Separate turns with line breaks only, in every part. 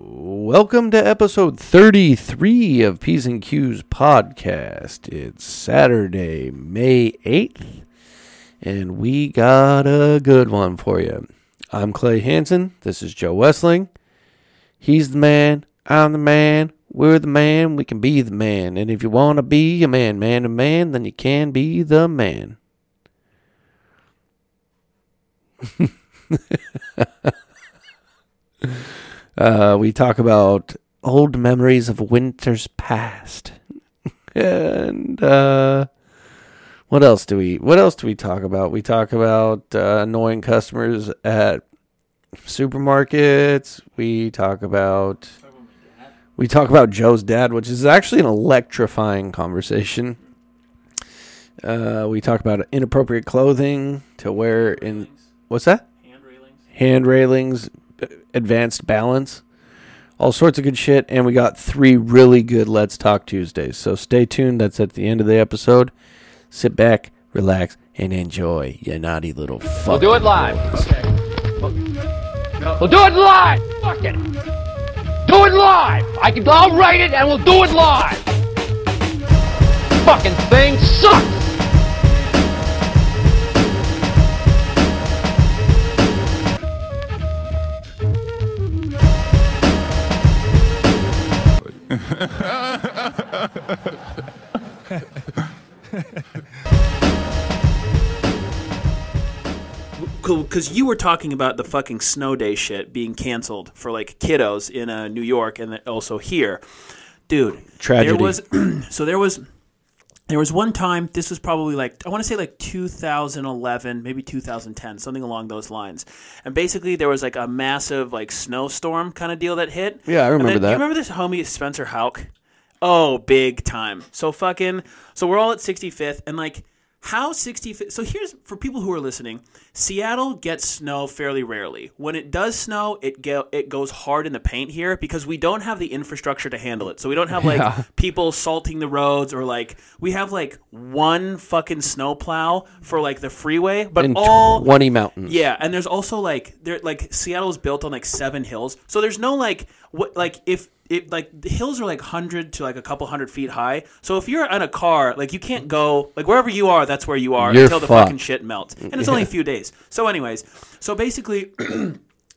Welcome to episode 33 of P's and Q's podcast. It's Saturday, May 8th, and we got a good one for you. I'm Clay Hansen. This is Joe Wessling. He's the man. I'm the man. We're the man. We can be the man. And if you want to be a man, man to man, then you can be the man. Uh, we talk about old memories of winters past, and uh, what else do we? What else do we talk about? We talk about uh, annoying customers at supermarkets. We talk about we talk about Joe's dad, which is actually an electrifying conversation. Uh, we talk about inappropriate clothing to wear in what's that?
Hand railings.
hand railings, uh, advanced balance, all sorts of good shit. And we got three really good Let's Talk Tuesdays. So stay tuned. That's at the end of the episode. Sit back, relax, and enjoy, you naughty little fuck.
We'll do it live. We'll do it live. Fuck it. Do it live. I can. I'll write it and we'll do it live. Fucking thing sucks.
Cool, because you were talking about the fucking snow day shit being canceled for like kiddos in uh, New York and then also here, dude.
Tragedy.
There was so there was there was one time. This was probably like I want to say like 2011, maybe 2010, something along those lines. And basically, there was like a massive like snowstorm kind of deal that hit.
Yeah, I
And
remember
then-
that.
You remember this homie Spencer Hauk? Oh, big time. So fucking. So we're all at 65th, and like how 65th. So here's for people who are listening: Seattle gets snow fairly rarely. When it does snow, it go it goes hard in the paint here because we don't have the infrastructure to handle it. So we don't have like people salting the roads or like we have like one fucking snowplow for like the freeway, but
in
all
20 mountains.
yeah, and there's also like there like Seattle's built on like seven hills, so there's no like what like if it like the hills are like hundred to like a couple hundred feet high. So if you're on a car, like you can't go like wherever you are, that's where you are
You're
until the
fucked.
fucking shit melts, and it's only a few days. So anyways, so basically.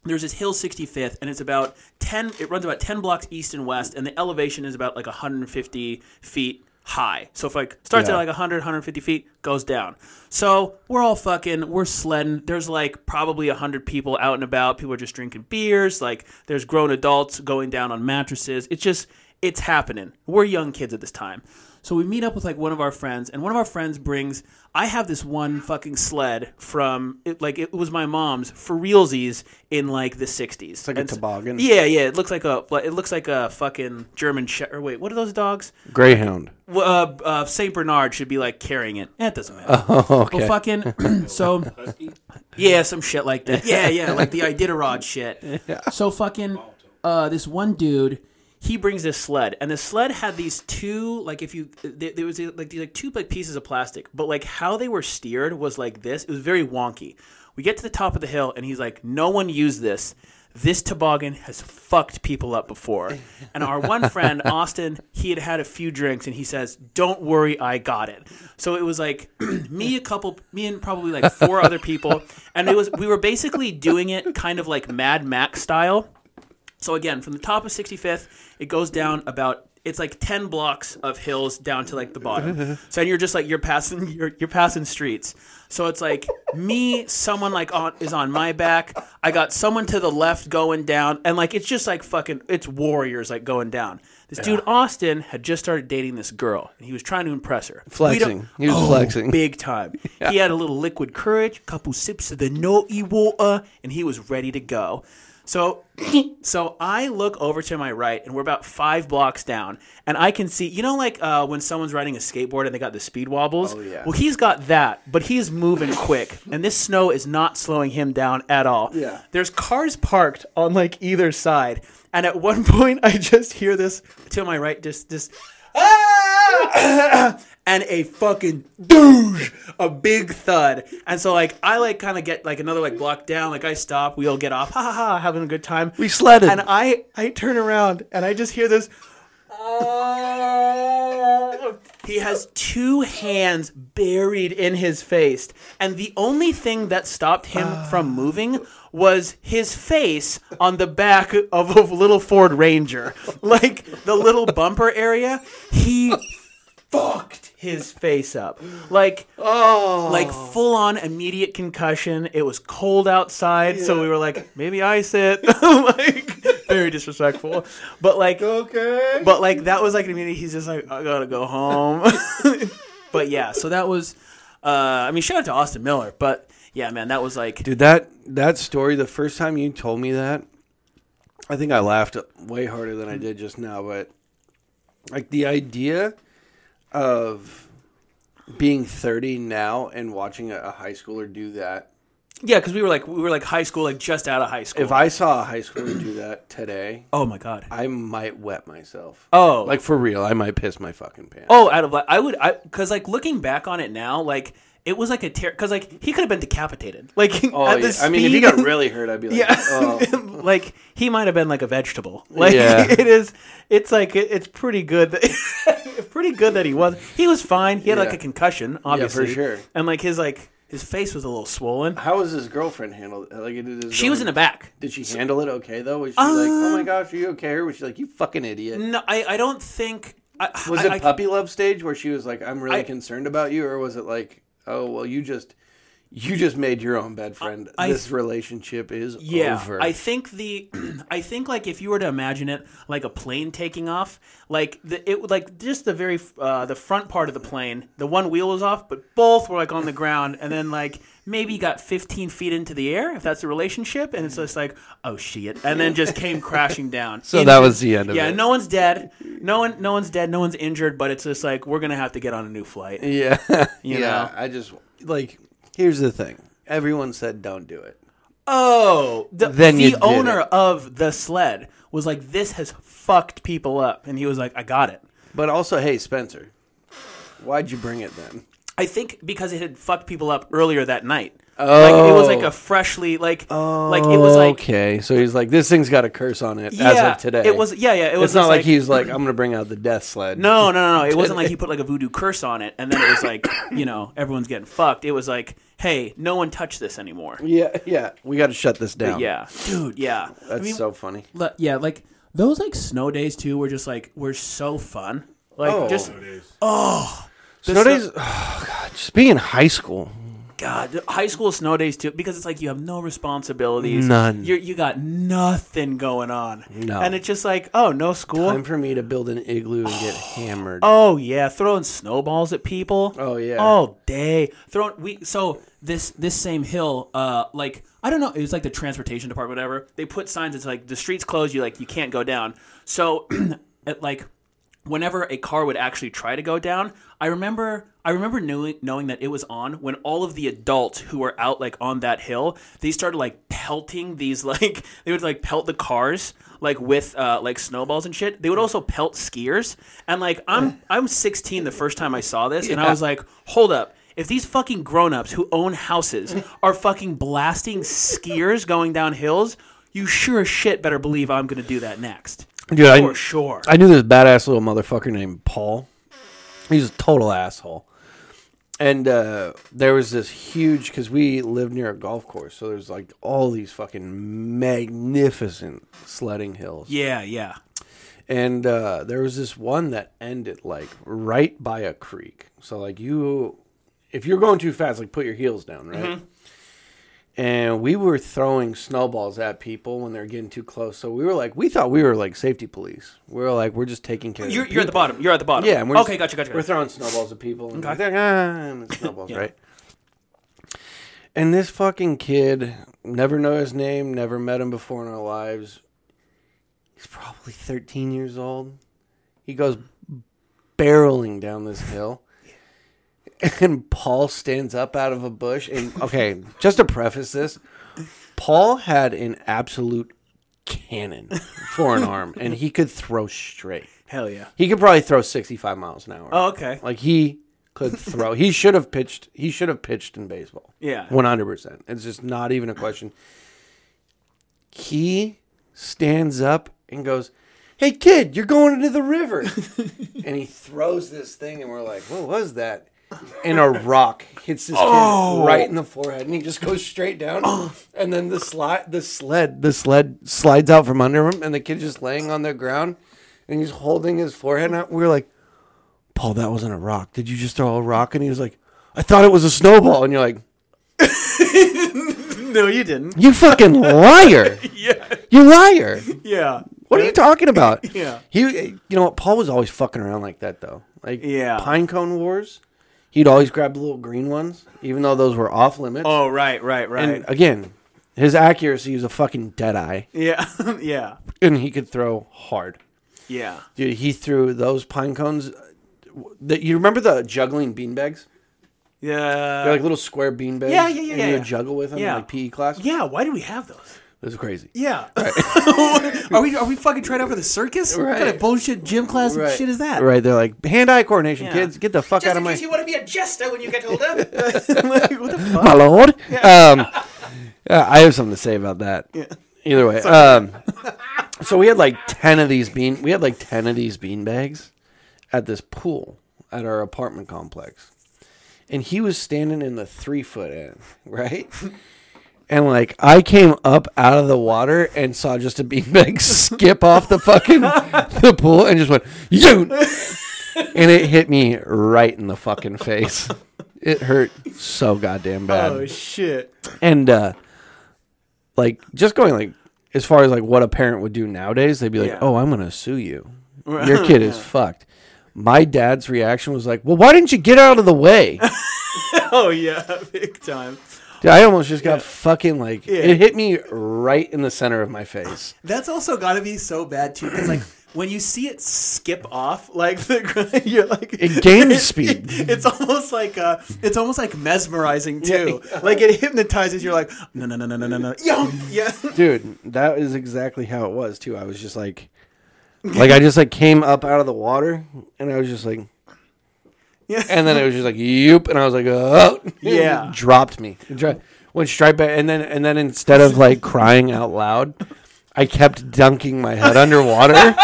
There's this hill 65th, and it's about 10, it runs about 10 blocks east and west, and the elevation is about like 150 feet high. So if like starts
Yeah.
at like 100, 150 feet, goes down. So we're all fucking, we're sledding. There's like probably 100 people out and about. People are just drinking beers. Like there's grown adults going down on mattresses. It's just, it's happening. We're young kids at this time. So we meet up with like one of our friends, and one of our friends brings. I have this one fucking sled from it, like it was my mom's for realsies in like the '60s. It's
like a toboggan.
Yeah, yeah. It looks like a it looks like a fucking German Shepherd. Wait, what are those dogs?
Greyhound.
Well, uh, uh, Saint Bernard should be like carrying it. That doesn't matter.
okay.
Well, fucking so, yeah, some shit like that. Yeah, yeah, like the Iditarod shit. So fucking, uh, this one dude, he brings this sled, and the sled had these two, like if you, there, there was like these like two like pieces of plastic, but like how they were steered was like this. It was very wonky. We get to the top of the hill, and he's like, "No one used this." this toboggan has fucked people up before. And our one friend, Austin, he had had a few drinks and he says, Don't worry, I got it. So it was like me, a couple, me and probably like four other people. And it was, we were basically doing it kind of like Mad Max style. So again, from the top of 65th, it goes down about it's like 10 blocks of hills down to like the bottom. so then you're just like you're passing you're, you're passing streets. So it's like me, someone like on is on my back. I got someone to the left going down and like it's just like fucking it's warriors like going down. This dude Austin had just started dating this girl and he was trying to impress her. We don't- Oh,
Flexing. He was flexing.
Big time. He had a little liquid courage, couple sips of the no e water, and he was ready to go. So, so I look over to my right, and we're about five blocks down, and I can see, you know, like uh, when someone's riding a skateboard and they got the speed wobbles. Oh, yeah. Well, he's got that, but he's moving quick, and this snow is not slowing him down at all. Yeah. There's cars parked on like either side, and at one point, I just hear this to my right, just this. "Ah!" "Ah!" and a fucking douche, a big thud. And so like I like kind of get like another like block down, like I stop, we all get off, ha ha ha, having a good time.
We sledded.
And I I turn around and I just hear this. He has two hands buried in his face, and the only thing that stopped him from moving was his face on the back of a little Ford Ranger. Like the little bumper area, he fucked his face up. Like like
Oh.
full on immediate concussion. It was cold outside, so we were like, maybe ice it. like very disrespectful. But like
okay.
but like that was like an immediate he's just like, I gotta go home. but yeah, so that was uh I mean shout out to Austin Miller, but yeah, man, that was like
Dude, that that story, the first time you told me that, I think I laughed way harder than I did just now, but like the idea of being 30 now and watching a, a high schooler do that.
Yeah, because we were like we were like high school, like just out of high school.
If I saw a high schooler do that today,
oh my god.
I might wet myself.
Oh.
Like for real, I might piss my fucking pants.
oh, out of like I would I because like looking back on it now, like it was like a tear because like he could have been decapitated. Like
Oh,
at the
yeah. I mean, if he
speed-
got really hurt, I'd be like,
yeah,
oh.
like he might have been like a vegetable. Like
Yeah.
it is, it's like it, it's pretty good. That, pretty good that he was. He was fine. He had like
Yeah.
a concussion, obviously,
sure.
And like his like his face was a little swollen.
How was his girlfriend handled? Like, did his
She was in the back.
Did she handle it okay though? Was she like, "Oh
Um,
my gosh, are you okay?" Or was she like, "You fucking idiot"?
No, I I don't think. I,
was
Mm, I-
it
I-
puppy love stage where she was like, "I'm really
I-
concerned about you," or was it like, "Oh well, you just you just made your own bed friend.
I-
this relationship is
Yeah,
over."
I think the, I think like if you were to imagine it like a plane taking off, like the it would like just the very uh, the front part of the plane, the one wheel was off, but both were like on the ground, and then like maybe got 15 feet into the air if that's a relationship, and it's just like oh shit, and then just came crashing down.
So that was the end of
yeah,
it.
no one's dead, no one, no one's dead, no one's injured, but it's just like we're gonna have to get on a new flight.
yeah, yeah.
know.
I just like here's the thing. Everyone said don't do it.
Oh, the,
Then you
the
did
owner
it.
of the sled was like, "This has fucked people up," and he was like, "I got it."
But also, hey, Spencer, why'd you bring it then?
I think because it had fucked people up earlier that night. like it was like
Oh.
a freshly like like it was like
okay, so he's like, this thing's got a curse on it
yeah,
as of today.
It was yeah yeah. It was
it's not
just
like, he was like, I'm gonna bring out the death sled.
no no no no. It wasn't like he put like a voodoo curse on it, and then it was like you know everyone's getting fucked. It was like, hey, no one touched this anymore.
Yeah, yeah. We got to shut this down.
Yeah, dude. Yeah,
that's so funny.
Le- yeah, like those like snow days too were just like were so fun. Like
Oh.
just
Snow days. Oh god, just being in high school.
God, the high school snow days too, because it's like you have no responsibilities,
None.
You're, you got nothing going on,
No.
and it's just like, oh, no school.
Time for me to build an igloo and get hammered.
Oh yeah, throwing snowballs at people.
Oh, yeah.
all day. Throwing we so this this same hill, uh, like I don't know, it was like the transportation department, whatever. They put signs. It's like the street's closed. You like you can't go down. So, at, like, whenever a car would actually try to go down, I remember I remember knowing knowing that it was on when all of the adults who were out like on that hill, they started like pelting these like they would like pelt the cars like with uh, like snowballs and shit. They would also pelt skiers. And like I'm I'm 16 the first time I saw this, and I was like, hold up. If these fucking grown-ups who own houses are fucking blasting skiers going down hills, you sure as shit better believe I'm gonna do that next.
Dude, I-
for sure.
I knew this badass little motherfucker named Paul. He's a total asshole. And uh, there was this huge because we lived near a golf course, so there's like all these fucking magnificent sledding hills.
yeah, yeah.
and uh, there was this one that ended like right by a creek. So like you, if you're going too fast, like put your heels down, right?
Mm-hmm.
And we were throwing snowballs at people when they're getting too close. So we were like, we thought we were like safety police. We were like, we're just taking care.
You're,
of the
you're at the
people.
bottom. You're at the bottom.
Yeah, and we're
okay,
just-
gotcha, gotcha.
We're
gotcha.
throwing snowballs at people. And
Okay.
they're like, "Ah," and snowballs,
Yeah.
right? And this fucking kid, never know his name, never met him before in our lives. He's probably 13 years old. He goes barreling down this hill. And Paul stands up out of a bush. And okay, just to preface this, Paul had an absolute cannon for an arm, and he could throw straight.
Hell yeah.
He could probably throw 65 miles an hour.
Oh, okay.
Like he could throw. he should have pitched. He should have pitched in baseball.
Yeah.
100%. It's just not even a question. He stands up and goes, "Hey kid, you're going into the river." and he throws this thing and we're like, "What was that?" And a rock hits his kid right in the forehead and he just goes straight down and then the slide the sled the sled slides out from under him and the kid just laying on the ground and he's holding his forehead out. We're like, Paul, that wasn't a rock. Did you just throw a rock? And he was like, I thought it was a snowball. And you're like,
No, you didn't.
You fucking liar.
Yeah.
You liar.
Yeah.
What are you talking about?
Yeah.
He, you know what? Paul was always fucking around like that, though. Like,
Yeah.
Pinecone Wars, he'd always grab the little green ones, even though those were off limits.
Oh, right, right, right.
and again, his accuracy was a fucking dead eye,
yeah. yeah.
and he could throw hard.
Yeah.
Dude, he threw those pine cones. uh, That you remember the juggling beanbags?
Yeah.
They're like little square beanbags.
Yeah, yeah, yeah,
And
yeah,
you
yeah.
would juggle with them
Yeah.
in like PE class.
yeah, why do we have those?
This is crazy.
Yeah. are we are we fucking trying out for the circus? What kind of
Right.
bullshit gym class shit is that?
Right. They're like hand-eye coordination,
Yeah.
kids. Get the fuck out of my.
want to be a jester when you get older. like, what the fuck?
my lord. Um, uh, I have something to say about that. Either way, um, so we had like ten of these bean. We had like ten of these bean bags at this pool at our apartment complex, and he was standing in the three foot end, right. And like I came up out of the water and saw just a beanbag skip off the fucking the pool and just went you and it hit me right in the fucking face. It hurt so goddamn bad.
Oh shit.
and uh like just going like as far as like what a parent would do nowadays, they'd be like,
Yeah.
"Oh, I'm going to sue you. Your kid is fucked." My dad's reaction was like, "Well, why didn't you get out of the way?"
Oh yeah, big time.
Dude, I almost just got fucking like
Yeah.
it hit me right in the center of my face.
That's also got to be so bad too, because like when you see it skip off, like the ground, you're like
It gains speed.
It's almost like uh, it's almost like mesmerizing too. Like it hypnotizes. You're like no no no no no no no. Yo, yeah.
dude that is exactly how it was too i was just like like i just like came up out of the water and i was just like
Yeah.
and then it was just like yoop and i was like oh
Yeah.
It dropped me It dri- went straight back and then and then instead of like crying out loud i kept dunking my head underwater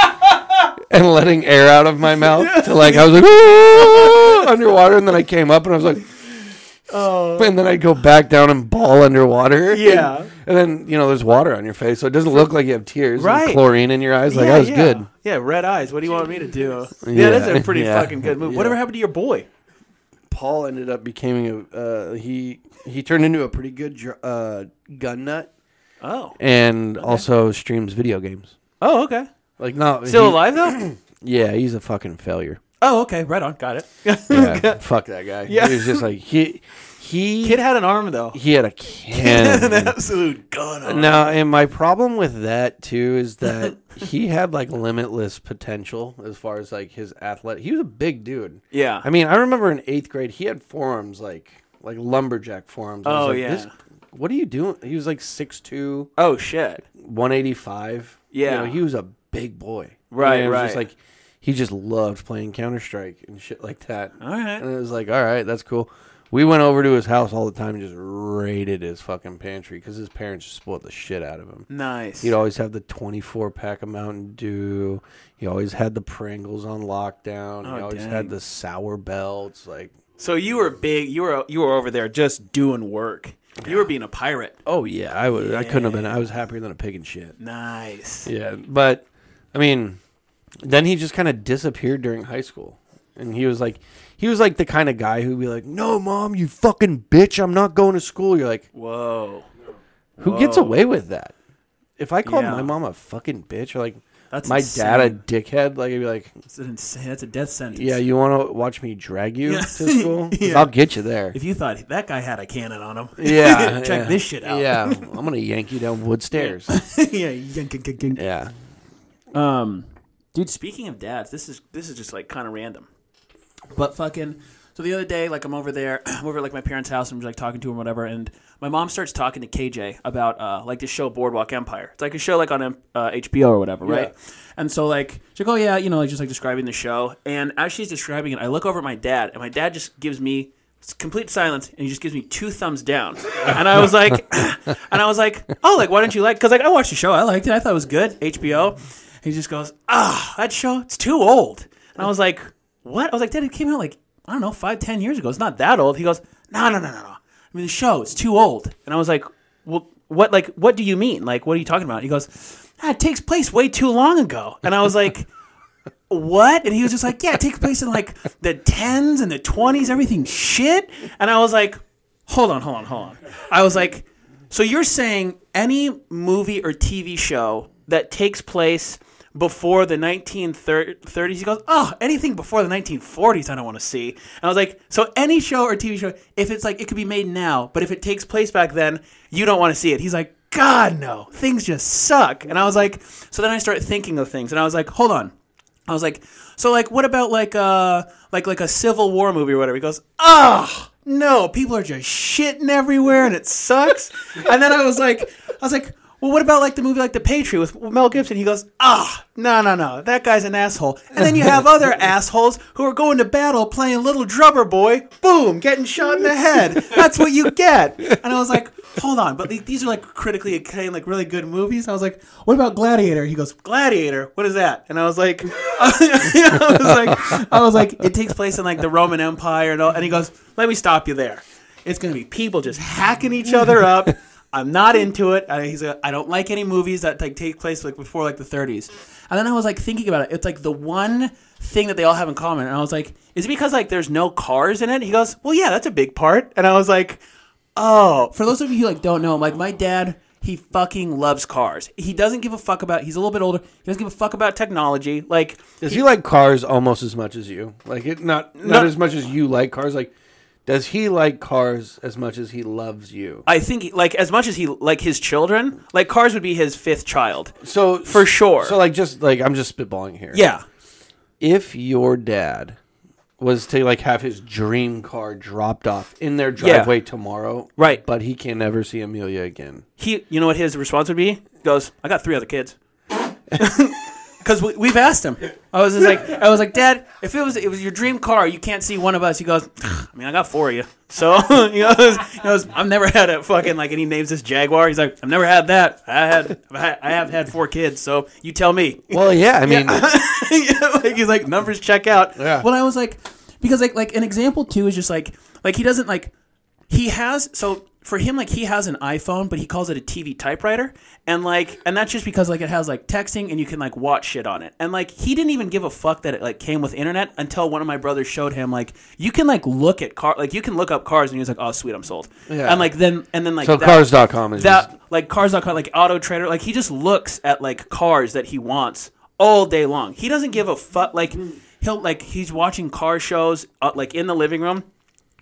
and letting air out of my mouth to like i was like "Ah," underwater and then i came up and i was like
Oh.
and then I'd go back down and ball underwater.
Yeah.
And, and then, you know, there's water on your face, so it doesn't look like you have tears
Right.
and chlorine in your eyes. Like, that was
yeah.
good.
Yeah, red eyes. What do you want me to do? Yeah,
Yeah.
that's a pretty
Yeah.
fucking good move.
Yeah.
Whatever happened to your boy?
Paul ended up becoming a, uh, he, he turned into a pretty good dr- uh, gun nut
Oh.
and also streams video games.
Oh, okay.
Like, not
Still
he-
alive though?
Yeah, he's a fucking failure.
oh, okay. Right on. Got it.
Yeah. Fuck that guy.
Yeah.
He was just like, he, he,
Kid had an arm though.
he had a
An
cannon.
absolute gun. Arm.
Now, and my problem with that too is that he had like limitless potential as far as like his athletic. He was a big dude.
Yeah.
I mean, I remember in eighth grade he had forearms like like lumberjack forearms. I was
Oh,
like,
yeah.
"This- what are you doing? He was like 6'2",
oh shit.
185. You
Yeah.
know, he was a big boy.
Right,
And it was Just
right.
like he just loved playing Counter Strike and shit like that.
All right.
And it was like, all right, that's cool. We went over to his house all the time and just raided his fucking pantry because his parents just spoiled the shit out of him.
Nice.
He'd always have the 24 pack of Mountain Dew. He always had the Pringles on lockdown. he
Oh,
always
dang.
had the sour belts. Like,
So you were big. You were you were over there just doing work. You were being a pirate.
oh yeah, I was. I couldn't have been. I was happier than a pig and shit.
Nice.
Yeah, but I mean, then he just kind of disappeared during high school, and he was like, he was like the kind of guy who'd be like, "No, mom, you fucking bitch, I'm not going to school." You're like,
Whoa.
who gets away with that? If I called
Yeah.
my mom a fucking bitch or like
That's
my
insane.
dad a dickhead, like I'd be like,
That's an insane. That's a death sentence.
Yeah, you want to watch me drag you
Yeah.
to school? 'Cause
Yeah.
I'll get you there.
If you thought that guy had a cannon on him,
Yeah,
check
yeah.
this shit out.
Yeah, I'm gonna yank you down wood stairs.
yeah. yank, yank, yank, yank.
yeah,
Um, dude. Speaking of dads, this is this is just like kind of random, but fucking. So the other day, like I'm over there, I'm over at like my parents' house, and I'm like talking to him, whatever. And my mom starts talking to KJ about uh, like this show Boardwalk Empire. It's like a show like on um, uh, HBO or whatever, right? And so like she's like, oh yeah, you know, like just like describing the show. And as she's describing it, I look over at my dad, and my dad just gives me it's complete silence and he just gives me two thumbs down and i was like and i was like oh like why don't you like because like i watched the show i liked it i thought it was good hbo and he just goes ah that show it's too old and i was like what i was like dad it came out like i don't know five ten years ago it's not that old he goes no no no no no i mean the show it's too old and i was like well what like what do you mean like what are you talking about he goes ah, it takes place way too long ago and i was like what? And he was just like, yeah, it takes place in like the tens and the twenties, everything shit. And I was like, hold on, hold on, hold on. I was like, so you're saying any movie or TV show that takes place before the 1930s, he goes, oh, anything before the 1940s, I don't want to see. And I was like, so any show or TV show, if it's like, it could be made now, but if it takes place back then, you don't want to see it. He's like, God, no, things just suck. And I was like, so then I start thinking of things, and I was like, hold on. I was like, so like, what about like uh like like a Civil War movie or whatever? He goes, oh no, people are just shitting everywhere and it sucks. and then I was like, I was like, well, what about like the movie like The Patriot with Mel Gibson? He goes, ah, no, no, no, that guy's an asshole. And then you have other assholes who are going to battle playing little drummer boy, boom, getting shot in the head. That's what you get. And I was like, hold on, but the- these are like critically acclaimed, like really good movies. I was like, what about Gladiator? He goes, Gladiator, what is that? And I was like, I was like, I was like, it takes place in like the Roman Empire and all. And he goes, let me stop you there. It's gonna be people just hacking each other up. I'm not into it. I, he's a, I don't like any movies that like take place like before like the 30s. And then I was like thinking about it. It's like the one thing that they all have in common. And I was like, is it because like there's no cars in it? He goes, well, yeah, that's a big part. And I was like, oh. For those of you who like don't know, like my dad, he fucking loves cars. He doesn't give a fuck about. He's a little bit older. He doesn't give a fuck about technology. Like
Does he like cars almost as much as you? Like it not not
No.
as much as you like cars. Like does he like cars as much as he loves you?
I think he- like as much as he like his children, like cars would be his fifth child.
So
For sure.
So like just like I'm just spitballing here.
Yeah.
If your dad was to like have his dream car dropped off in their driveway tomorrow,
Right.
But he can never see Amelia again.
he you know what his response would be he goes i got three other kids because we, we've asked him i was just like i was like dad if it was it was your dream car you can't see one of us he goes i mean i got four of you so he goes, he goes i've never had a fucking like and he names this jaguar he's like i've never had that i had I've had- i have had four kids so you tell me
Well, yeah. I mean,
yeah, like he's like numbers check out.
Yeah.
Well, I was like, because like like an example too is just like like he doesn't like he has so for him like he has an iPhone but he calls it a TV typewriter and like and that's just because like it has like texting and you can like watch shit on it and like he didn't even give a fuck that it like came with internet until one of my brothers showed him like you can like look at car like you can look up cars and he was like oh sweet I'm sold
Yeah.
and like then and then like
so
that-
cars.com is
that
just-
like cars.com like auto trader like he just looks at like cars that he wants all day long he doesn't give a fuck like he'll like he's watching car shows uh, like in the living room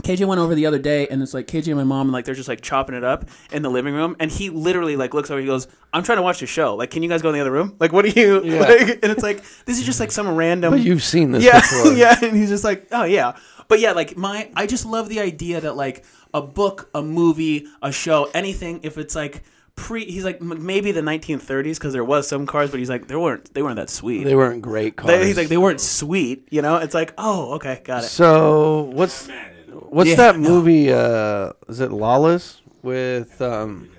KJ went over the other day, and it's like KJ and my mom, and like they're just like chopping it up in the living room, and he literally like looks over, he goes, "I'm trying to watch the show. Like, can you guys go in the other room? Like, what are you?" Like, and it's like this is just like some random.
But you've seen this
yeah,
before.
yeah, and he's just like, "Oh yeah," but yeah, like my, I just love the idea that like a book, a movie, a show, anything, if it's like pre, he's like m- maybe the 1930s because there was some cars, but he's like they weren't, they weren't that sweet.
they weren't great cars.
They- he's like they weren't sweet, you know. It's like, oh, okay, got it.
So what's what's
Yeah,
that
no.
movie? Uh, is it Lawless with um?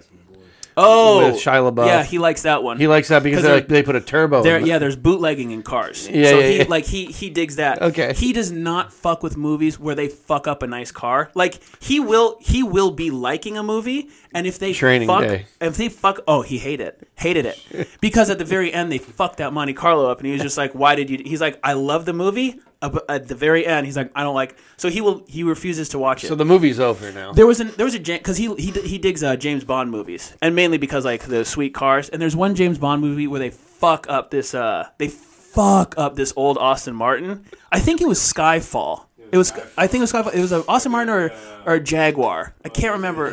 Oh,
with Shia LaBeouf.
Yeah, he likes that one.
He likes that because
'Cause
they
they're-
like they put a turbo.
There,
in it.
yeah, there's bootlegging in cars.
Yeah,
so
yeah,
he
yeah.
like he he digs that.
Okay.
He does not fuck with movies where they fuck up a nice car. Like he will he will be liking a movie and if they
Training
fuck
Day.
if they fuck oh he hated it. Hated it. because at the very end they fucked that Monte Carlo up and he was just like why did you he's like I love the movie uh, but at the very end he's like I don't like so he will he refuses to watch it.
So the movie's over now.
There was an there was a because he he he digs uh, James Bond movies and mainly because like the sweet cars and there's one James Bond movie where they fuck up this uh they fuck up this old Austin Martin. I think it was Skyfall. It was I think it was Skyfall. It was a Austin Martin or or a Jaguar. I can't remember.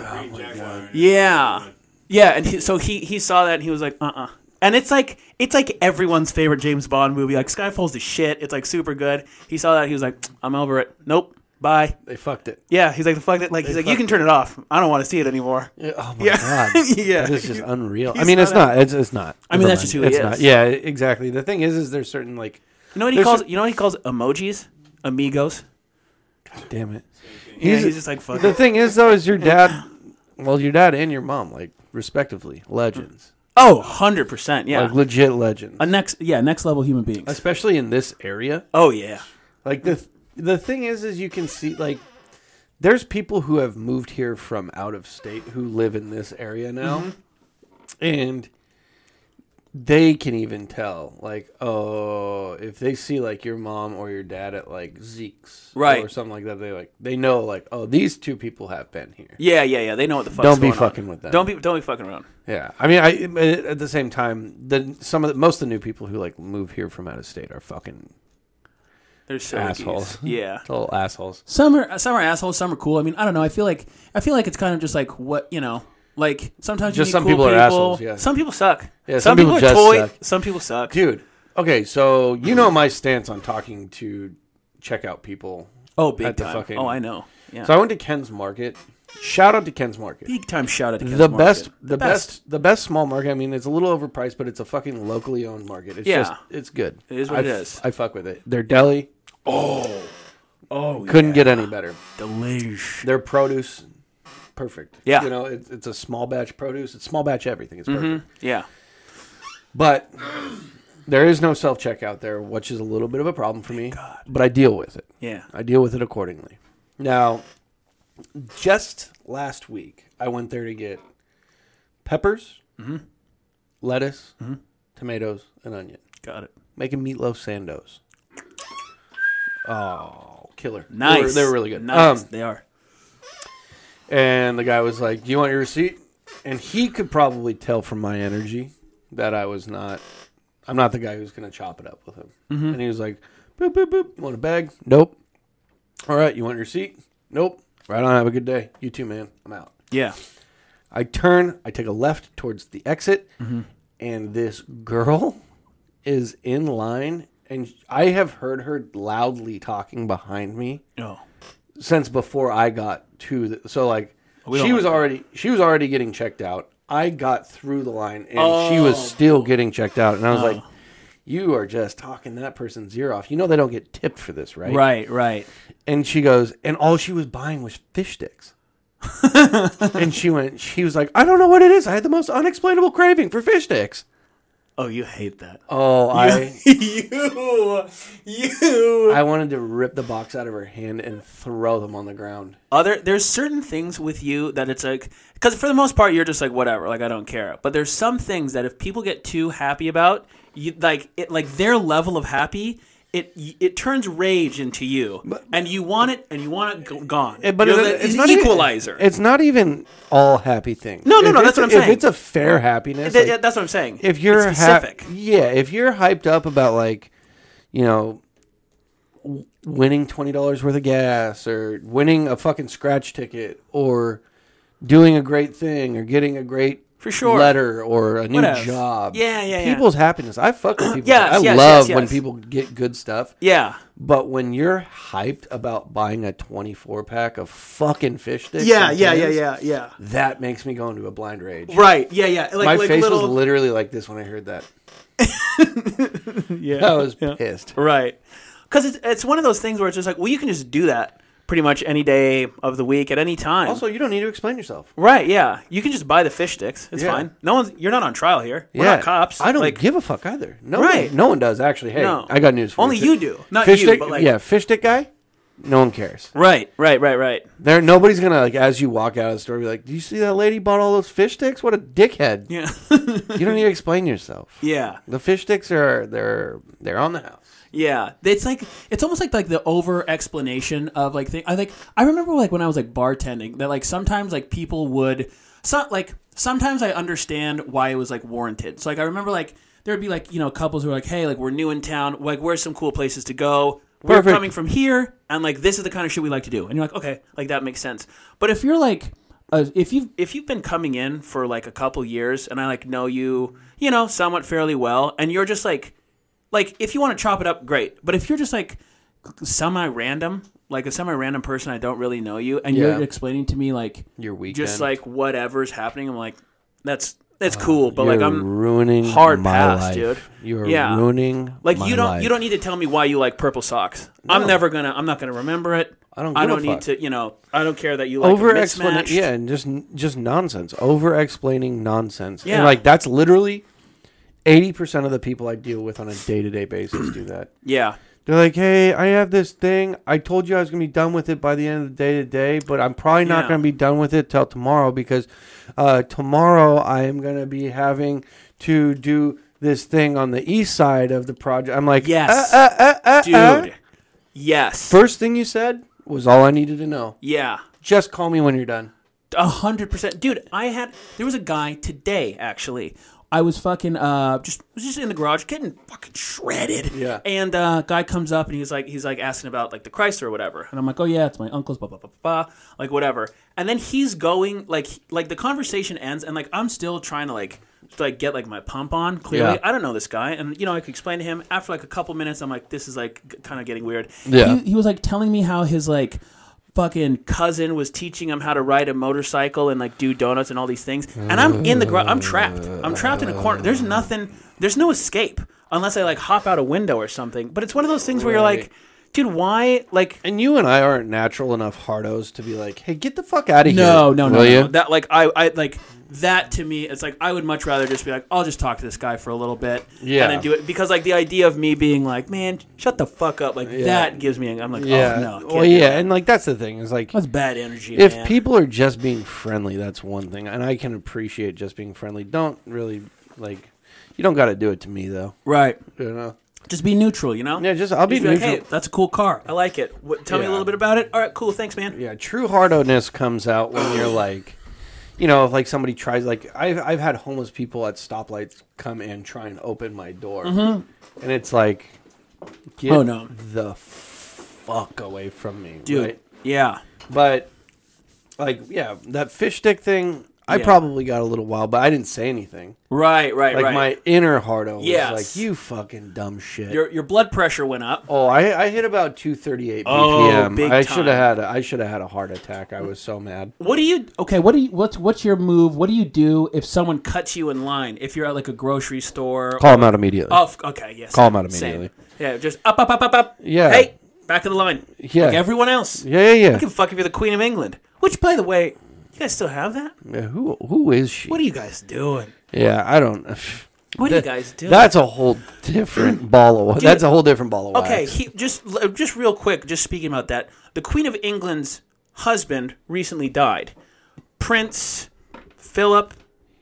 Yeah, yeah, and he, so he he saw that and he was like, uh, uh And it's like it's like everyone's favorite James Bond movie. Like Skyfall's the shit. It's like super good. He saw that he was like, I'm over it. Nope, Bye.
They fucked it.
Yeah, he's like the fuck that. Like he's like, you can turn it off. I don't want to see it anymore.
Yeah, Oh my
Yeah.
god.
Yeah.
That is just unreal. I
He's
mean,
not
it's not. It's, it's not.
I mean, that's just who he
it's
is.
Not. Yeah, exactly. The thing is, is there's certain like,
You know what he
There's
calls?
a-
you know what he calls emojis? Amigos.
damn it.
Yeah,
He's-
he's just like fuck.
The
it.
thing is, though, is your dad, well, your dad and your mom, like respectively, legends,
Oh, 100 percent. Yeah.
like legit legends,
a next, yeah, next level human beings.
especially in this area.
Oh yeah.
Like the the thing is, is you can see like there's people who have moved here from out of state who live in this area now, and they can even tell like oh if they see like your mom or your dad at like Zeke's
Right.
or something like that they like they know like oh these two people have been here
Yeah, yeah, yeah. They know what the fuck.
Don't be fucking with them.
Don't be, don't be fucking around.
yeah I mean I but at the same time the some of the, most of the new people who like move here from out of state are fucking
They're so
assholes
Yeah.
total assholes
Some are some are assholes. Some are cool. I mean, I don't know. I feel like I feel like it's kind of just like what you know. Like sometimes you
Just
meet
some
cool
people are
people.
assholes, yeah.
Some people suck.
Yeah, some people just
are
suck.
Some people suck.
dude okay so you know my stance on talking to checkout people
oh, big
at the
time.
fucking-
oh, I know. Yeah.
so i went to ken's market shout out to ken's market
big time shout out to Ken's
the
Market.
best the best. the best small market i mean it's a little overpriced but it's a fucking locally owned market it's
Yeah.
just it's good
It is what
I
it
f-
is.
i fuck with it their deli
Oh,
couldn't get any better
delish.
their produce perfect
Yeah. Mm-hmm.
you know it, it's a small batch produce it's small batch everything it's perfect
Yeah.
but there is no self-checkout there which is a little bit of a problem for me but i deal with it
Yeah.
I deal with it accordingly. Now, just last week, I went there to get peppers, lettuce, tomatoes, and onion.
Got it.
Making meatloaf sandos. Oh, killer. They were-
Nice.
They were, really good.
Nice.
Um,
they are.
and the guy was like, Do you want your receipt? And he could probably tell from my energy that I was not, I'm not the guy who's going to chop it up with him. And he was like, Boop, boop, boop. You want a bag? Nope. All right. You want your receipt? Nope. Right on. Have a good day. You too, man. I'm out.
Yeah.
I turn, I take a left towards the exit, and this girl is in line. And I have heard her loudly talking behind me
Oh.
since before I got to the, so like
We don't
she was
like that.
already she was already getting checked out. I got through the line and she
Oh.
was still getting checked out and I was like you are just talking that person's ear off. You know they don't get tipped for this, right?
Right. Right.
And she goes and all she was buying was fish sticks. and she went she was like I don't know what it is. I had the most unexplainable craving for fish sticks.
Oh, you hate that.
Oh, I
you. You.
I wanted to rip the box out of her hand and throw them on the ground.
other there's certain things with you that it's like because for the most part you're just like whatever like i don't care but there's some things that if people get too happy about you like it like their level of happy it it turns rage into you and you want it and you want it go- gone
Eh, But
You're
it-
the-
it's,
an
not
equalizer
Even, it's not even all happy things.
No, no,
If
no,
it's-
that's what I'm
if
saying.
If it's a fair happiness,
Th-
like,
that's what i'm saying
if you're
It's
ha-
specific
yeah, if you're hyped up about like, you know, w- winning twenty dollars worth of gas or winning a fucking scratch ticket or doing a great thing or getting a great
For sure.
letter or a new
What else?
job,
Yeah, yeah, yeah.
people's happiness. I fuck with people.
Yes,
I
yes,
love
yes,
when
yes.
people get good stuff.
yeah
But when you're hyped about buying a 24 pack of fucking fish sticks, and cans,
yeah
that makes me go into a blind rage.
right yeah yeah like,
My
like
face
little
was literally like this when I heard that.
yeah
I was pissed.
Right. Because it's, it's one of those things where it's just like, well, you can just do that pretty much any day of the week at any time.
Also, you don't need to explain yourself.
right, yeah. You can just buy the fish sticks. It's
Yeah.
fine. No one's, you're not on trial here. We're not cops.
I don't
like,
give a fuck either. No
Right.
one, no one does actually. Hey,
No.
I got news for
Only
you.
you do. Not
fish
you,
stick,
but like-
yeah, fish stick guy. No one cares.
Right, right, right, right.
There, nobody's gonna like as you walk out of the store be like, "Do you see that lady bought all those fish sticks? What a dickhead!"
Yeah.
You don't need to explain yourself.
yeah.
The fish sticks are they're they're on the house.
Yeah, it's like it's almost like like the over explanation of like thing. I like I remember like when I was like bartending that like sometimes like people would some like sometimes I understand why it was like warranted. So like I remember like there would be like you know couples who are like hey like we're new in town like where's some cool places to go. We're
Perfect.
coming from here and like this is the kind of shit we like to do. And you're like okay like that makes sense. But if you're like uh, if you've if you've been coming in for like a couple years and I like know you you know somewhat fairly well and you're just like like if you want to chop it up great but if you're just like semi random like if some random person I don't really know you, and
Yeah.
you're explaining to me like
Your weekend.
just like whatever's happening, I'm like, that's that's cool, but like
Uh, You're
I'm
ruining
hard
my
pass,
life.
dude.
You're
Yeah.
ruining
like
my
you don't
life.
you don't need to tell me why you like purple socks. I'm never gonna I'm not gonna remember it.
I don't
I
give a
don't need
fuck.
to you know I don't care that you like
over
mismatched.
explaining yeah and just just nonsense over explaining nonsense yeah
Yeah.
like that's literally 80% of the people i deal with on a day-to-day basis do that
yeah
they're like hey i have this thing i told you i was going to be done with it by the end of the day today but i'm probably not
Yeah.
going to be done with it till tomorrow because uh, tomorrow i am going to be having to do this thing on the east side of the project i'm like
Yes.
uh, uh, uh, uh,
dude
uh.
yes
first thing you said was all i needed to know
yeah
just call me when you're done
A hundred percent, dude. I had there was a guy today actually. I was fucking uh just was just in the garage getting fucking shredded.
Yeah.
And uh guy comes up and he's like he's like asking about like the Chrysler or whatever. And I'm like, "Oh yeah, it's my uncle's blah blah blah blah, blah like whatever." And then he's going like like the conversation ends and like I'm still trying to like to, like get like my pump on clearly.
Yeah.
I don't know this guy and you know I could explain to him after like a couple minutes I'm like this is like kind of getting weird
Yeah.
he, he was like telling me how his like fucking cousin was teaching him how to ride a motorcycle and like do donuts and all these things and i'm in the garage i'm trapped i'm trapped in a corner there's nothing there's no escape unless i like hop out a window or something but it's one of those things where you're like dude why like
And you and I aren't natural enough hardos to be like, hey, get the fuck out of here.
no no no,
Will
no.
you?
that like i i like that to me it's like i would much rather just be like i'll just talk to this guy for a little bit
Yeah.
and then do it because like the idea of me being like man shut the fuck up like that gives me i'm like
yeah.
oh no can't
well,
do
yeah.
that.
And like, that's the thing is like,
that's bad energy
if
man.
people are just being friendly, that's one thing. And I can appreciate just being friendly. Don't really, like, you don't got to do it to me, though.
Right.
You know?
Just be neutral, you know?
Yeah, just, I'll be
Just be like,
neutral.
hey, that's a cool car. I like it. What, tell me
Yeah.
a little bit about it. All right, cool. Thanks, man.
Yeah, true hardoness comes out when you're like, you know, if like somebody tries, like I've I've had homeless people at stoplights come in try and open my door, and it's like, get
Mm-hmm. Oh, no.
the fuck away from me,
Dude.
right?
Yeah.
But like, yeah, that fish stick thing, I
Yeah.
probably got a little wild, but I didn't say anything.
Right, right,
Like
right.
my inner hardo was
Yes.
like, you fucking dumb shit.
your, your blood pressure went up.
Oh, I, I hit about two thirty eight
Oh,
BPM.
big
I should
time.
have had a, I should have had a heart attack. I was so mad.
What do you.
Okay, what do you what's what's your move? What do you do if
Someone cuts you in line if you're at like a grocery store.
Call him out immediately.
Oh, f- okay, yes.
Call 'em out
Same.
immediately.
Yeah, just up, up, up, up, up.
Yeah.
Hey, back of the line.
Yeah.
Like everyone else.
Yeah, yeah,
I
yeah.
can fuck if you're the Queen of England. Which, by the way, you guys still have that?
Yeah, Who who is she?
What are you guys doing?
yeah, I don't.
What are you
That-
guys doing?
That's a whole different ball of. Dude, that's a whole different ball of.
Okay,
wax.
he, just l- just real quick, just speaking about that, the Queen of England's husband recently died. Prince Philip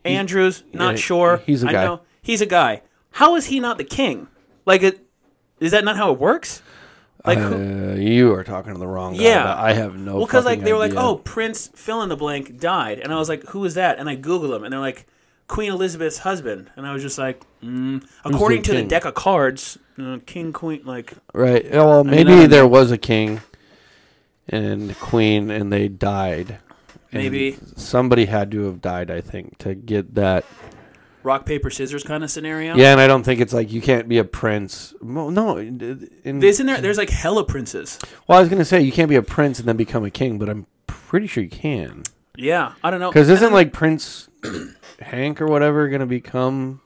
Andrews, not
yeah,
sure.
he's a
I
guy.
know he's a guy. How is he not the king? Like, it, is that not how it works? Like, who,
Uh, you are talking to the wrong guy.
Yeah.
but I have no.
well, because like
fucking
they were like,
idea.
oh, Prince fill in the blank died, and I was like, who is that? And I Google him, and they're like, Queen Elizabeth's husband, and I was just like, mm. according to the
king?
deck of cards, uh, king, queen, like,
right. Oh, Well, maybe
I don't
there was a king and queen, and they died. And
Maybe.
somebody had to have died. I think to get that.
rock paper scissors kind of scenario.
Yeah, and I don't think it's like you can't be a prince. Well, no, in, in-
Isn't there? There's like hella princes.
well, I was gonna say you can't be a prince and then become a king, but I'm pretty sure you can.
Yeah, I don't know.
Because isn't like Prince Hank or whatever going to become?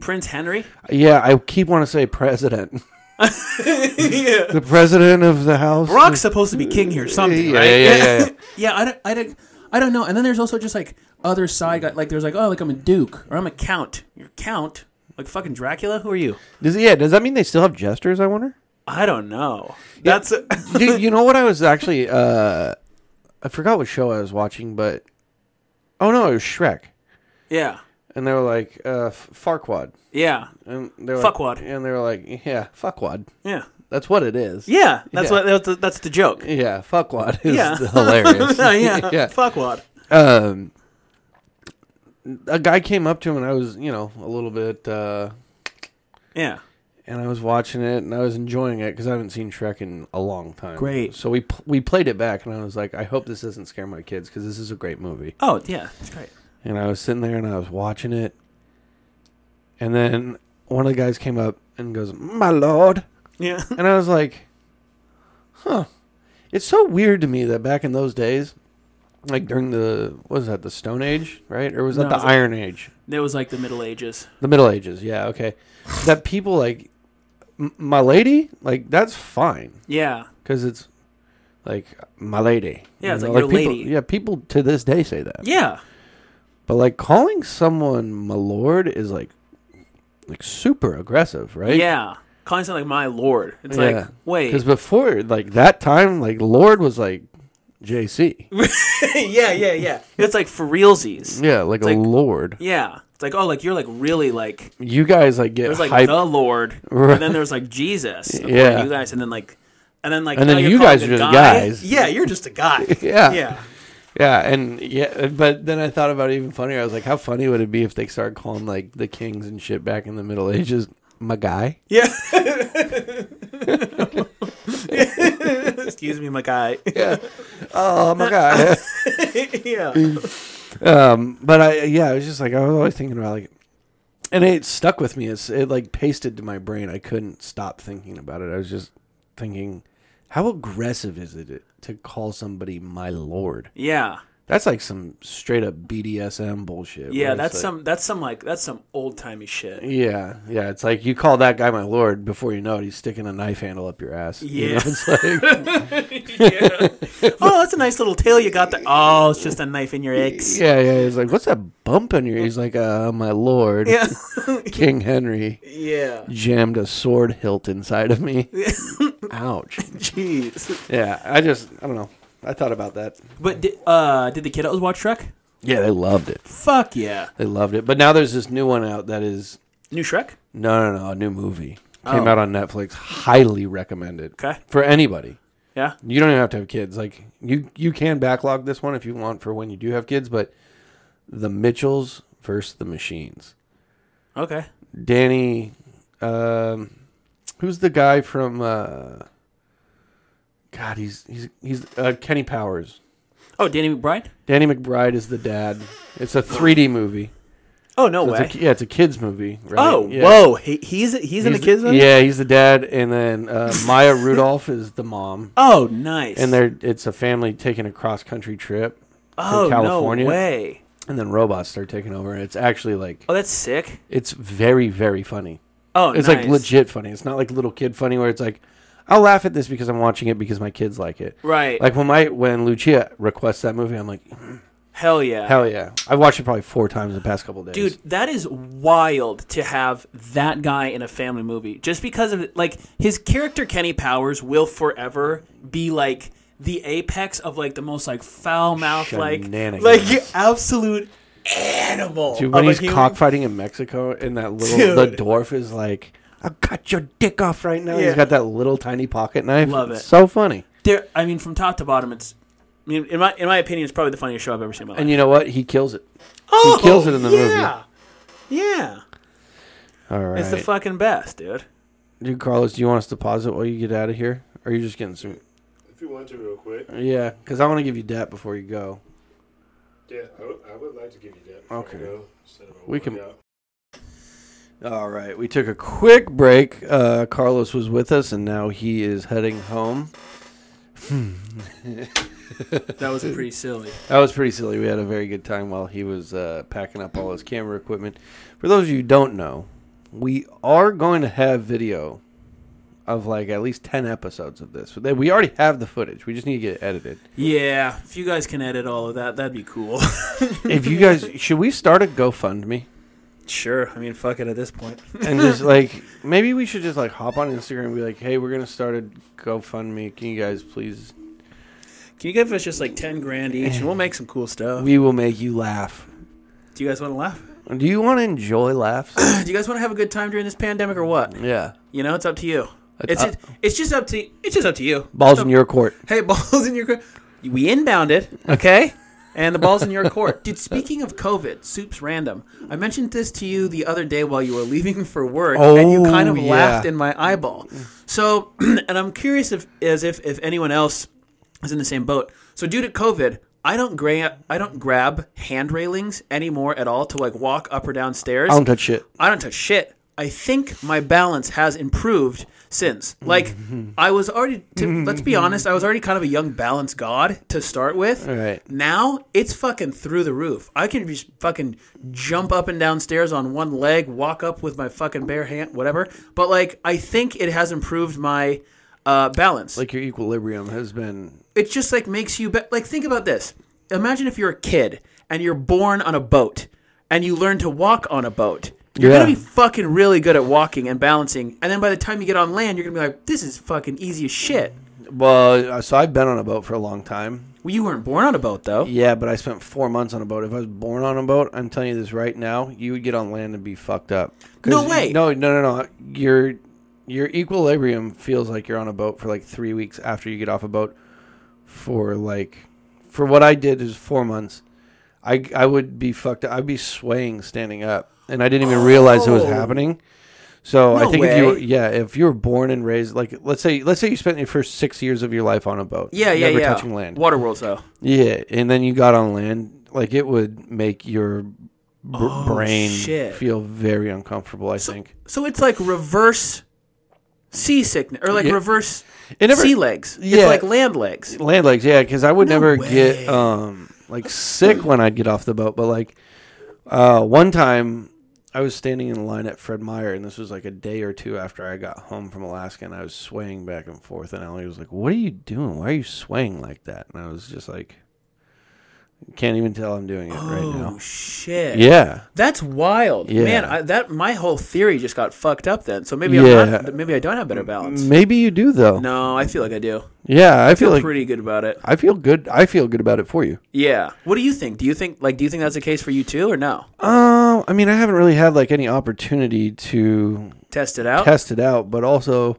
Prince Henry.
Yeah, I keep want to say president. The president of the house.
Brock's supposed to be king here, something,
Yeah,
right?
yeah, yeah, yeah, yeah.
yeah, I don't, I don't, I don't know. And then there's also just like other side guy. Like there's like, oh, like I'm a duke or I'm a count. You're a count, like fucking Dracula. Who are you?
Does yeah? Does that mean they still have jesters? I wonder.
I don't know. That's
you, you know what I was actually uh I forgot what show I was watching, but oh no, it was Shrek.
yeah,
And they were like uh F- Farquad.
yeah,
And they were
Fuckwad.
And they were like, yeah, fuckwad.
yeah,
That's what it is.
yeah. That's
Yeah.
what that's the, that's the joke.
Yeah, fuckwad is
Yeah.
hilarious.
Yeah, yeah.
yeah.
Fuck what?
um, a guy came up to him and I was, you know, a little bit, uh,
Yeah,
and I was watching it and I was enjoying it because I haven't seen Shrek in a long time.
Great.
So we pl- we played it back and I was like, I hope this doesn't scare my kids because this is a great movie.
oh yeah, that's great.
And I was sitting there and I was watching it, and then one of the guys came up and goes, "My lord,"
Yeah,
and I was like, It's so weird to me that back in those days, like during the what was that the Stone Age, right? Or was that
No,
the
it was-
Iron Age?
That was like the Middle Ages.
The Middle Ages, yeah, okay. that people like m- my lady, like that's fine
Yeah.
because it's like my lady.
Yeah, it's
know,
like your
people-
lady.
Yeah, people to this day say that.
Yeah.
But like calling someone my lord is like like super aggressive, right?
Yeah. Calling something like my lord. It's like, wait.
Because before, like that time, like Lord was like JC.
yeah, yeah, yeah. It's like for realsies.
Yeah, like a
like-
Lord.
Yeah. It's like, oh, like you're like really like
You guys like get
there's like
hyped,
the Lord,
Right.
and then there's like Jesus. according
Yeah.
to you guys, and then like, and then like,
And then
now
you
you're calling
guys are
a
just
guy?
guys.
Yeah, you're just a guy.
Yeah.
yeah,
yeah, and yeah. But then I thought about it even funnier. I was like, how funny would it be if they started calling like the kings and shit back in the Middle Ages, my guy?
yeah. Excuse me, my guy.
Yeah. oh my guy.
yeah,
um, but I yeah, I was just like I was always thinking about like, and it stuck with me. It's it like pasted to my brain. I couldn't stop thinking about it. I was just thinking, how aggressive is it to call somebody my lord?
yeah,
That's like some straight up BDSM bullshit. where
yeah.
it's
That's
like-
some. That's some like. That's some old timey shit.
Yeah, yeah. It's like you call that guy my lord before you know it, he's sticking a knife handle up your ass. You know,
Yeah.
it's like
Oh, that's a nice little tail you got there. Oh, it's just a knife in your eggs.
yeah, yeah. He's like, what's that bump in your? He's like, uh, my lord,
Yeah,
King Henry.
yeah.
jammed a sword hilt inside of me. Ouch.
Jeez.
Yeah, I just I don't know. I thought about that.
But did, uh, did the kiddos watch Shrek?
Yeah, they loved it.
Fuck yeah.
They loved it. But now there's this new one out that is
New Shrek?
no, no, no, a new movie. Came
Oh.
out on Netflix. Highly recommended.
Okay.
For anybody.
Yeah.
You don't even have to have kids. Like you you can backlog this one if you want for when you do have kids, but The Mitchells versus the Machines.
Okay.
Danny um who's the guy from uh God, he's he's he's uh, Kenny Powers.
Oh, Danny McBride?
Danny McBride is the dad. It's a 3D movie.
Oh no
It's a,
way!
ki- yeah, it's a kids movie. Right?
oh
yeah.
whoa! He, he's he's, in the
He's-
kids one.
Yeah, he's the dad, and then uh, Maya Rudolph is the mom,
Oh nice.
and they're it's a family taking a cross country trip
oh
from California,
no way!
and then robots start taking over, and it's actually like
Oh that's sick.
it's very very funny.
Oh
It's
nice.
like legit funny. It's not like little kid funny where it's like I'll laugh at this because I'm watching it because my kids like it.
Right.
Like when my when Lucia requests that movie, I'm like,
Hell yeah.
hell yeah! I've watched it probably four times in the past couple days.
Dude, that is wild to have that guy in a family movie. Just because of like his character Kenny Powers will forever be like the apex of like the most like foul mouth like
Shenanigans.
like absolute animal.
Dude, when
of a
he's
human-
cockfighting in Mexico, and that little
Dude.
the dwarf is like, "I'll cut your dick off right now." He's
Yeah.
got that little tiny pocket knife.
Love
It's
it.
So funny.
there I mean from top to bottom it's I mean, in my in my opinion, it's probably the funniest show I've ever seen in my life.
And you know what? He kills it. Oh, he kills it in the
movie. Yeah.
movie. All right,
It's the fucking best, dude.
dude. Carlos, do you want us to pause it while you get out of here, or are you just getting some?
If you want to, real quick.
Yeah, because I want to give you that before you go.
Yeah, I would, I would like to give you that. before I
Okay.
go, instead of a
We can-
workout.
All right, we took a quick break. Uh, Carlos was with us, and now he is heading home.
That was pretty silly.
That was pretty silly. We had a very good time while he was uh, packing up all his camera equipment. For those of you who don't know, we are going to have video of like at least 10 episodes of this. We already have the footage. We just need to get it edited.
Yeah, if you guys can edit all of that, that'd be cool.
If you guys, should we start a GoFundMe?
sure. I mean, fuck it at this point.
And just like, maybe we should just like hop on Instagram and be like, hey, we're going to start a GoFundMe. Can you guys please?
Can you give us just like 10 grand each and we'll make some cool stuff?
We will make you laugh.
Do you guys want to laugh?
Do you want to enjoy laughs?
Do you guys want to have a good time during this pandemic or what?
yeah.
You know, it's up to you. It's
up-
just, it's just up to it's just up to you.
Balls in your court.
Hey, balls in your court. We inbounded, okay? and the ball's in your court. Dude, speaking of COVID, soup's random. I mentioned this to you the other day while you were leaving for work, and you kind of
Oh, yeah.
laughed in my eyeball. So, and I'm curious if, as if, if anyone else is in the same boat. So, due to COVID, I don't grab I don't grab hand railings anymore at all to like walk up or down stairs.
Oh, I don't touch shit.
I don't touch shit. I think my balance has improved since. Like I was already to, let's be honest, I was already kind of a young balance god to start with.
Right.
Now it's fucking through the roof. I can just fucking jump up and down stairs on one leg, walk up with my fucking bare hand, whatever. But like I think it has improved my uh, balance
Like your equilibrium has been
it just like makes you be- like think about this imagine if you're a kid and you're born on a boat and you learn to walk on a boat you're
Yeah.
gonna be fucking really good at walking and balancing and then by the time you get on land you're gonna be like this is fucking easy as shit
well. uh, So I've been on a boat for a long time.
well you weren't born on a boat though
Yeah, but I spent four months on a boat. If I was born on a boat, I'm telling you this right now, you would get on land and be fucked up. 'Cause
No
you-
way.
No, no, no, no. Your your equilibrium feels like you're on a boat for like three weeks after you get off a boat. For like, for what I did is four months. I I would be fucked up. I'd be swaying standing up, and I didn't even realize it was
Oh.
happening. So I
No
think if you
way.
were- yeah, if you were born and raised like let's say let's say you spent your first six years of your life on a boat,
yeah yeah
never
yeah
touching land,
water worlds though
yeah, and then you got on land, like it would make your b- brain
Oh, shit.
feel very uncomfortable. I think
so it's like reverse seasickness or like
Yeah.
reverse
It never-
sea legs
Yeah.
it's like land legs
land legs, yeah, because I would never
way.
get um like sick when I'd get off the boat, but like uh one time I was standing in line at Fred Meyer, and this was like a day or two after I got home from Alaska, and I was swaying back and forth, and Ellie was like, "What are you doing? Why are you swaying like that?" And I was just like, "Can't even tell I'm doing it right now."
oh shit
Yeah.
That's wild,
Yeah.
man. I, that my whole theory just got fucked up. Then, so maybe I'm
Yeah.
not, maybe I don't have better balance.
Maybe you do though.
No, I feel like I do.
Yeah, I
I feel
feel like
pretty good about it.
I feel good. I feel good about it for you.
Yeah. What do you think? Do you think like do you think that's the case for you too, or no?
Um, I mean, I haven't really had like any opportunity to
Test it out.
test it out, but also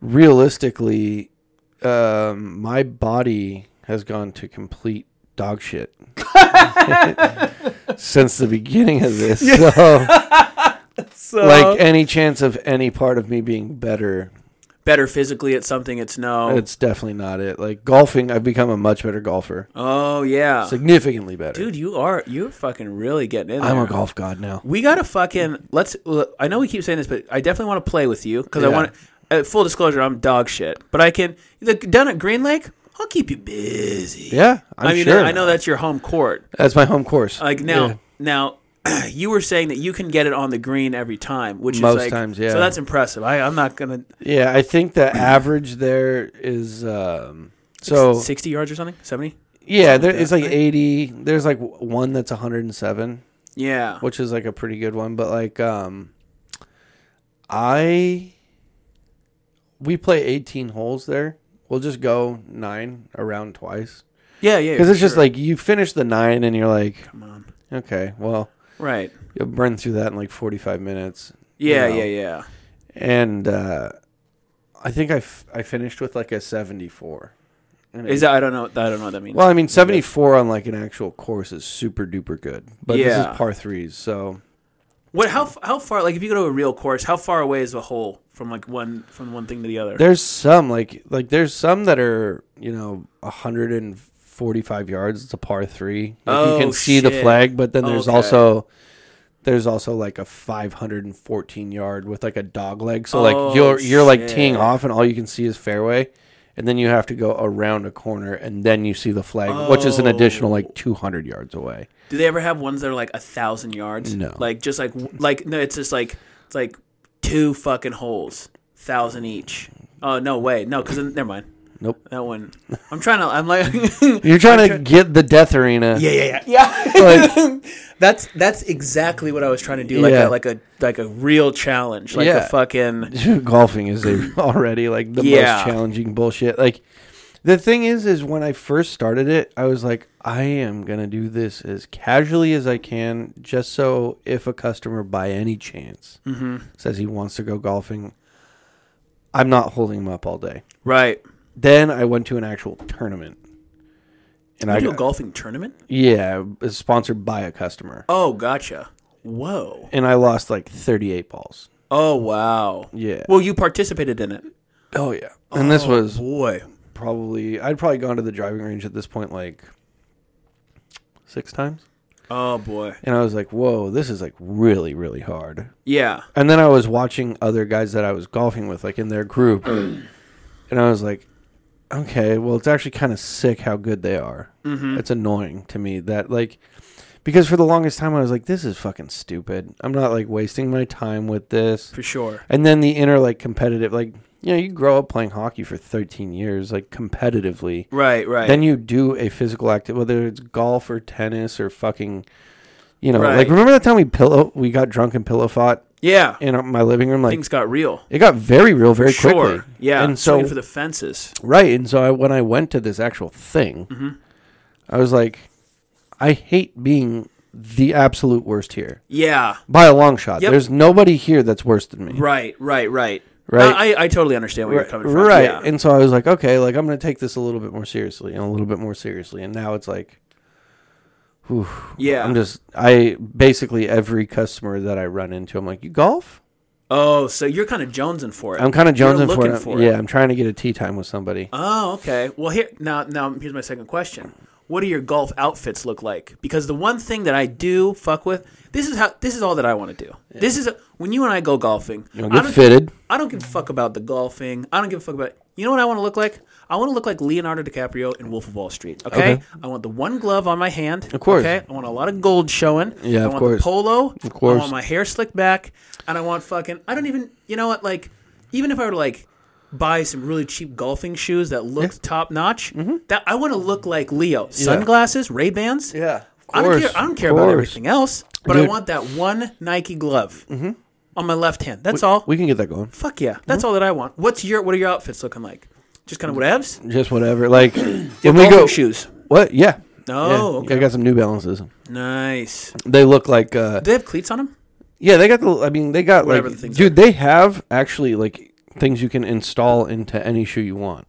realistically, um, my body has gone to complete dog shit since the beginning of this. So, like any chance of any part of me being better,
Better physically at something. It's no.
it's definitely not it. Like golfing, I've become a much better golfer,
oh yeah,
significantly better.
dude. You are you're fucking really getting in there.
I'm a golf god now.
We gotta fucking let's. look, I know we keep saying this, but I definitely want to play with you because I
Yeah.
want. Uh, full disclosure, I'm dog shit, but I can. The, down at Green Lake, I'll keep you busy.
Yeah, I'm
i mean,
sure.
I know that's your home court.
That's my home course.
Like now,
Yeah.
now, you were saying that you can get it on the green every time, which
Most
is like,
times, yeah.
So that's impressive. I, I'm not gonna
Yeah, I think the average there is um so
60 yards or something, 70.
yeah, there it's like 80. There's like w- one that's 107,
Yeah,
which is like a pretty good one, but like um I we play 18 holes there. We'll just go 9 around twice.
yeah, yeah.
Cuz
for
it's just
sure.
like you finish the 9 and you're like okay, well,
right.
you'll burn through that in like 45 minutes.
Yeah,
know.
yeah, yeah.
And uh I think I f- I finished with like a 74. And it
Is that I don't know. I don't know what that means.
Well, I mean, seventy four on like an actual course is super duper good, but this
Yeah.
is par threes, so
what? How f- how far? Like, if you go to a real course, how far away is the hole from like one from one thing to the other?
there's some like like there's some that are you know hundred and forty five yards. It's a par three. Like,
Oh,
you can see the
shit.
flag, but then there's
Okay.
also there's also like a five hundred and fourteen yard with like a dog leg. So
Oh,
like you're you're like teeing
shit.
off, and all you can see is fairway. And then you have to go around a corner, and then you see the flag, which is an additional
Oh.
like two hundred yards away.
Do they ever have ones that are like a thousand yards?
No.
Like just like like no, it's just like it's like two fucking holes, thousand each. Oh no way, no, because never mind.
Nope.
That one. I'm trying to. I'm like.
You're trying to get the death arena.
yeah, yeah, yeah. Yeah.
Like,
That's that's exactly what I was trying to do. Like
Yeah.
a like a like a real challenge. Like
Yeah.
a fucking.
golfing is a- already like the
Yeah.
most challenging bullshit. Like the thing is, is when I first started it, I was like, I am gonna do this as casually as I can, just so if a customer by any chance says he wants to go golfing, I'm not holding him up all day.
Right.
Then I went to an actual tournament, and
You
I
do a
got-
golfing tournament?
yeah, it was sponsored by a customer,
Oh, gotcha. Whoa.
and I lost like 38 balls.
Oh, wow.
Yeah.
Well, you participated in it.
Oh yeah, and this was
Boy.
probably I'd probably gone to the driving range at this point like six times.
Oh boy.
and I was like, "Whoa, this is like really, really hard."
Yeah.
And then I was watching other guys that I was golfing with, like in their group, and I was like, "Okay, well, it's actually kind of sick how good they are."
Mm-hmm.
It's annoying to me that like because for the longest time I was like, "This is fucking stupid. I'm not like wasting my time with this."
For sure.
And then the inner like competitive, like you know, you grow up playing hockey for 13 years, like competitively.
Right. Right.
Then you do a physical activity, whether it's golf or tennis or fucking, you know,
Right.
like remember that time we pillow we got drunk and pillow fought
yeah.
in our- my living room? Like
Things got real.
it got very real very
Sure.
quickly.
Yeah.
and so
swinging for the fences.
right, and so I, when I went to this actual thing,
Mm-hmm.
I was like, I hate being the absolute worst here
Yeah.
by a long shot.
Yep.
There's nobody here that's worse than me.
Right. Right. Right.
Right.
No, I, I totally understand where you're coming from.
Right.
Yeah.
And so I was like, okay, like I'm going to take this a little bit more seriously and a little bit more seriously. And now it's like, whew,
Yeah.
I'm just, I basically every customer that I run into, I'm like, you golf?
oh, so you're kind of jonesing for it.
I'm kind of
You're
jonesing for
looking
it. Yeah, I'm trying to get a tea time with somebody.
Oh, okay. Well, here now, now here's my second question. What do your golf outfits look like? Because the one thing that I do fuck with, this is how this is all that I want to do. This is when you and I go golfing.
I'll
I
get
don't-
fitted.
I don't give a fuck about the golfing. I don't give a fuck about. You know what I want to look like? I want to look like Leonardo DiCaprio in Wolf of Wall Street. Okay?
Okay.
I want the one glove on my hand. Of
course.
Okay. I want a lot of gold showing.
Yeah,
I
of
want
course.
The polo. Of
course.
I want my hair slicked back, and I want fucking. I don't even. You know what? Like, even if I were to like buy some really cheap golfing shoes that look top notch,
Mm-hmm.
that I want to look like Leo. Sunglasses, Ray Bans.
Yeah, of
I don't care.
course,
I don't
of
care about
course.
everything else, but I
Dude. Mm-hmm.
want that one Nike glove on my left hand. That's all.
We Mm-hmm. can get that going.
Fuck yeah, that's all that I want. What's your what are your outfits looking like? Just kind of whatevs.
Just whatever. Like, when we
Golfing
go.
shoes.
What? Yeah.
Oh,
Yeah. I got some New Balances.
Nice. Do
They look like, uh,
they have cleats on them?
yeah, they got the, I mean, they got
Whatever
like,
the things
dude, they have actually like things you can install into any shoe you want.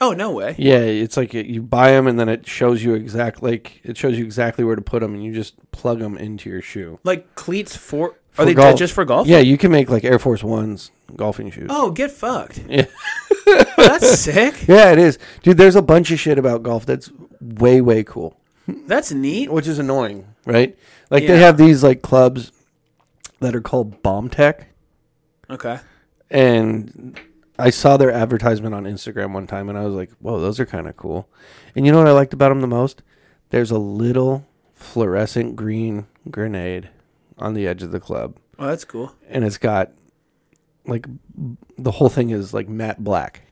Oh no way.
Yeah, it's like you buy them and then it shows you exact like it shows you exactly where to put them and you just plug them into your shoe.
Like cleats for? Are
For
they
golf.
just for golf?
Yeah, you can make like Air Force Ones golfing shoes.
Oh, get fucked. Yeah. that's sick.
Yeah, it is, dude. There's a bunch of shit about golf that's way way cool,
That's neat.
which is annoying, right? Like they
Yeah.
have these like clubs that are called Bomb Tech,
Okay.
and I saw their advertisement on Instagram one time, and I was like, "Whoa, those are kind of cool." And you know what I liked about them the most? There's a little fluorescent green grenade on the edge of the club,
Oh, that's cool.
and it's got like b- the whole thing is like matte black.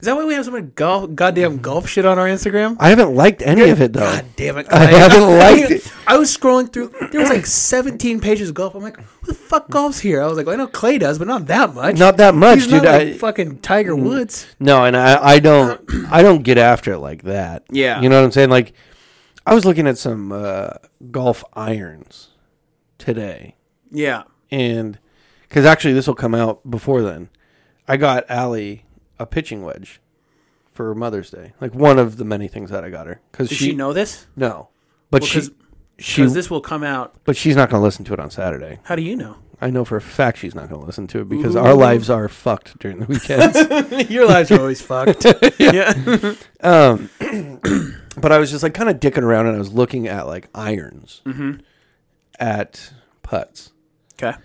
Is that why we have so much golf, goddamn golf shit on our Instagram?
Mm-hmm. I haven't liked any of it though.
God damn it!
I
Clay.
haven't liked it.
I was scrolling through. There was like 17 pages of golf. I'm like, who the fuck golf's here? I was like, well, I know Clay does, but not that much.
Not that much,
He's
dude.
not like
I, Mm-hmm.
fucking Tiger Woods.
No, and I, I don't I don't get after it like that.
Yeah.
You know what I'm saying? Like I was looking at some uh, golf irons today.
Yeah.
And cuz actually this will come out before then. I got Allie a pitching wedge for Mother's Day. Like one of the many things that I got her cuz
Does she, know this?
No. But
Well,
she
'cause-
she
Because this will come out.
but she's not going to listen to it on Saturday.
How do you know?
I know for a fact she's not going to listen to it because our lives are fucked during the weekends.
Your lives are always fucked. yeah.
Um, but I was just like kind of dicking around and I was looking at like irons
Mm-hmm.
at putts.
Okay.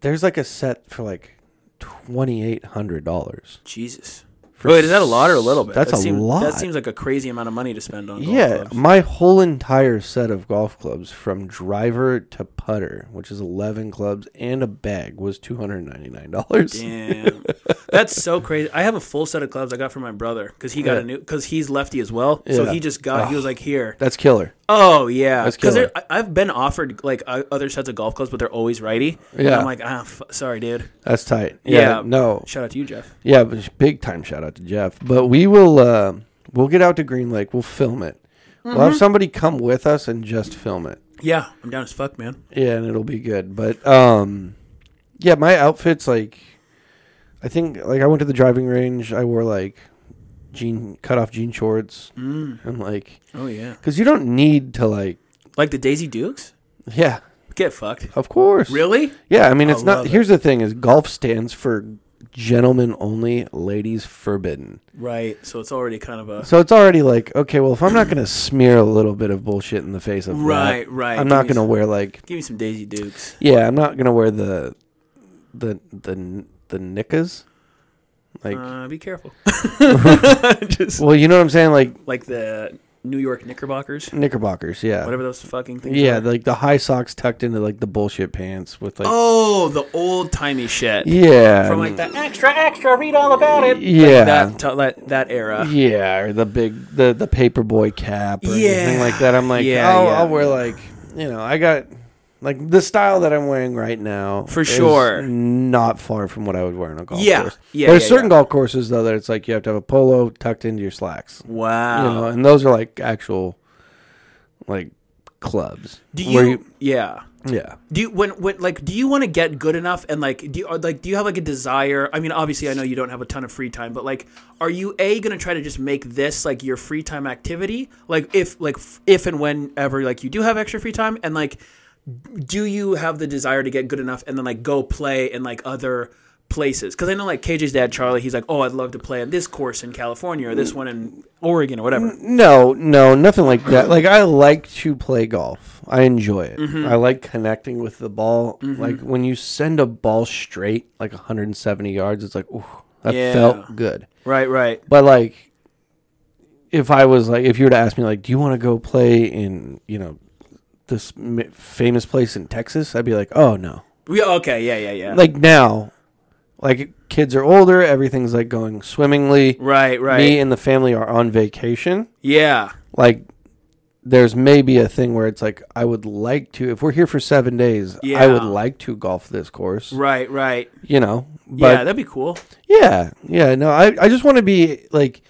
There's like a set for like twenty eight hundred dollars.
Jesus. Wait, is that a lot or a little bit?
That's
that
a
seems,
lot.
That seems like a crazy amount of money to spend on. Golf
Yeah,
clubs.
my whole entire set of golf clubs from driver to putter, which is eleven clubs and a bag, was two hundred ninety nine dollars.
Damn. That's so crazy. I have a full set of clubs I got from my brother because he got
Yeah.
a new because he's lefty as well. So
Yeah.
he just got. He was like, here.
That's killer.
Oh yeah,
That's
because
killer.
I've been offered like uh, other sets of golf clubs, but they're always righty. And
Yeah.
I'm like, ah, f- sorry, dude.
That's tight. Yeah, no,
Shout out to you, Jeff.
yeah, but big time shout out to Jeff. But we will, uh, we'll get out to Green Lake. We'll film it. We'll have somebody come with us and just film it.
Yeah, I'm down as fuck, man.
Yeah, and it'll be good. But um yeah, my outfits like I think like I went to the driving range, I wore like jean cut off jean shorts and like
Oh yeah,
cuz you don't need to like
like the Daisy Dukes.
yeah,
Get fucked.
of course.
Really?
Yeah, I mean it's
love
not
it.
here's the thing is golf stands for gentlemen only, ladies forbidden.
Right. So it's already kind of a
So it's already like, okay, well, if I'm not going to smear a little bit of bullshit in the face of that,
Right, right.
I'm
Give
not
me
going to
some-
wear like,
give me some Daisy Dukes.
yeah, I'm not going to wear the, the the the knickers. Like,
Uh, be careful. Just
well, you know what I'm saying, like
like the New York Knickerbockers,
knickerbockers, yeah,
whatever those fucking things.
yeah,
are.
like the high socks tucked into like the bullshit pants with like,
oh, the old timey shit.
yeah,
From like that extra, extra, read all about it.
yeah,
That t- that that era.
Yeah, or the big the the paperboy cap or
Yeah.
anything like that. I'm like,
Yeah,
I'll,
yeah.
I'll wear like, you know, I got like the style that I'm wearing right now
For sure.
not far from what I would wear on a golf
Yeah,
course.
yeah,
There's
yeah,
certain
yeah.
golf courses though that it's like you have to have a polo tucked into your slacks, you
Wow.
know, and those are like actual like clubs.
do
where
you, Yeah.
Yeah.
Do you when when like do you want to get good enough and like do you, or, like do you have like a desire? I mean, obviously, I know you don't have a ton of free time, but like, are you a gonna try to just make this like your free time activity? Like if like f- if and whenever like you do have extra free time and like, do you have the desire to get good enough and then like go play in like other places? Because I know like KJ's dad Charlie, he's like, oh, I'd love to play at this course in California or
Mm.
this one in Oregon or whatever.
No, no, nothing like that. Like I like to play golf. I enjoy it.
Mm-hmm.
I like connecting with the ball. Like when you send a ball straight, like 170 yards, it's like, ooh, that
Yeah.
felt good.
Right, right.
But like, if I was like, if you were to ask me, like, do you want to go play in, you know, this m- famous place in Texas? I'd be like, oh no.
We okay, yeah, yeah, yeah.
Like now, like kids are older, everything's like going swimmingly.
right, right.
Me and the family are on vacation
yeah.
like there's maybe a thing where it's like I would like to if we're here for 7 days I would
Yeah.
like to golf this course
Right, right.
you know
yeah,
but
that'd be cool.
yeah yeah, no I I just want to be like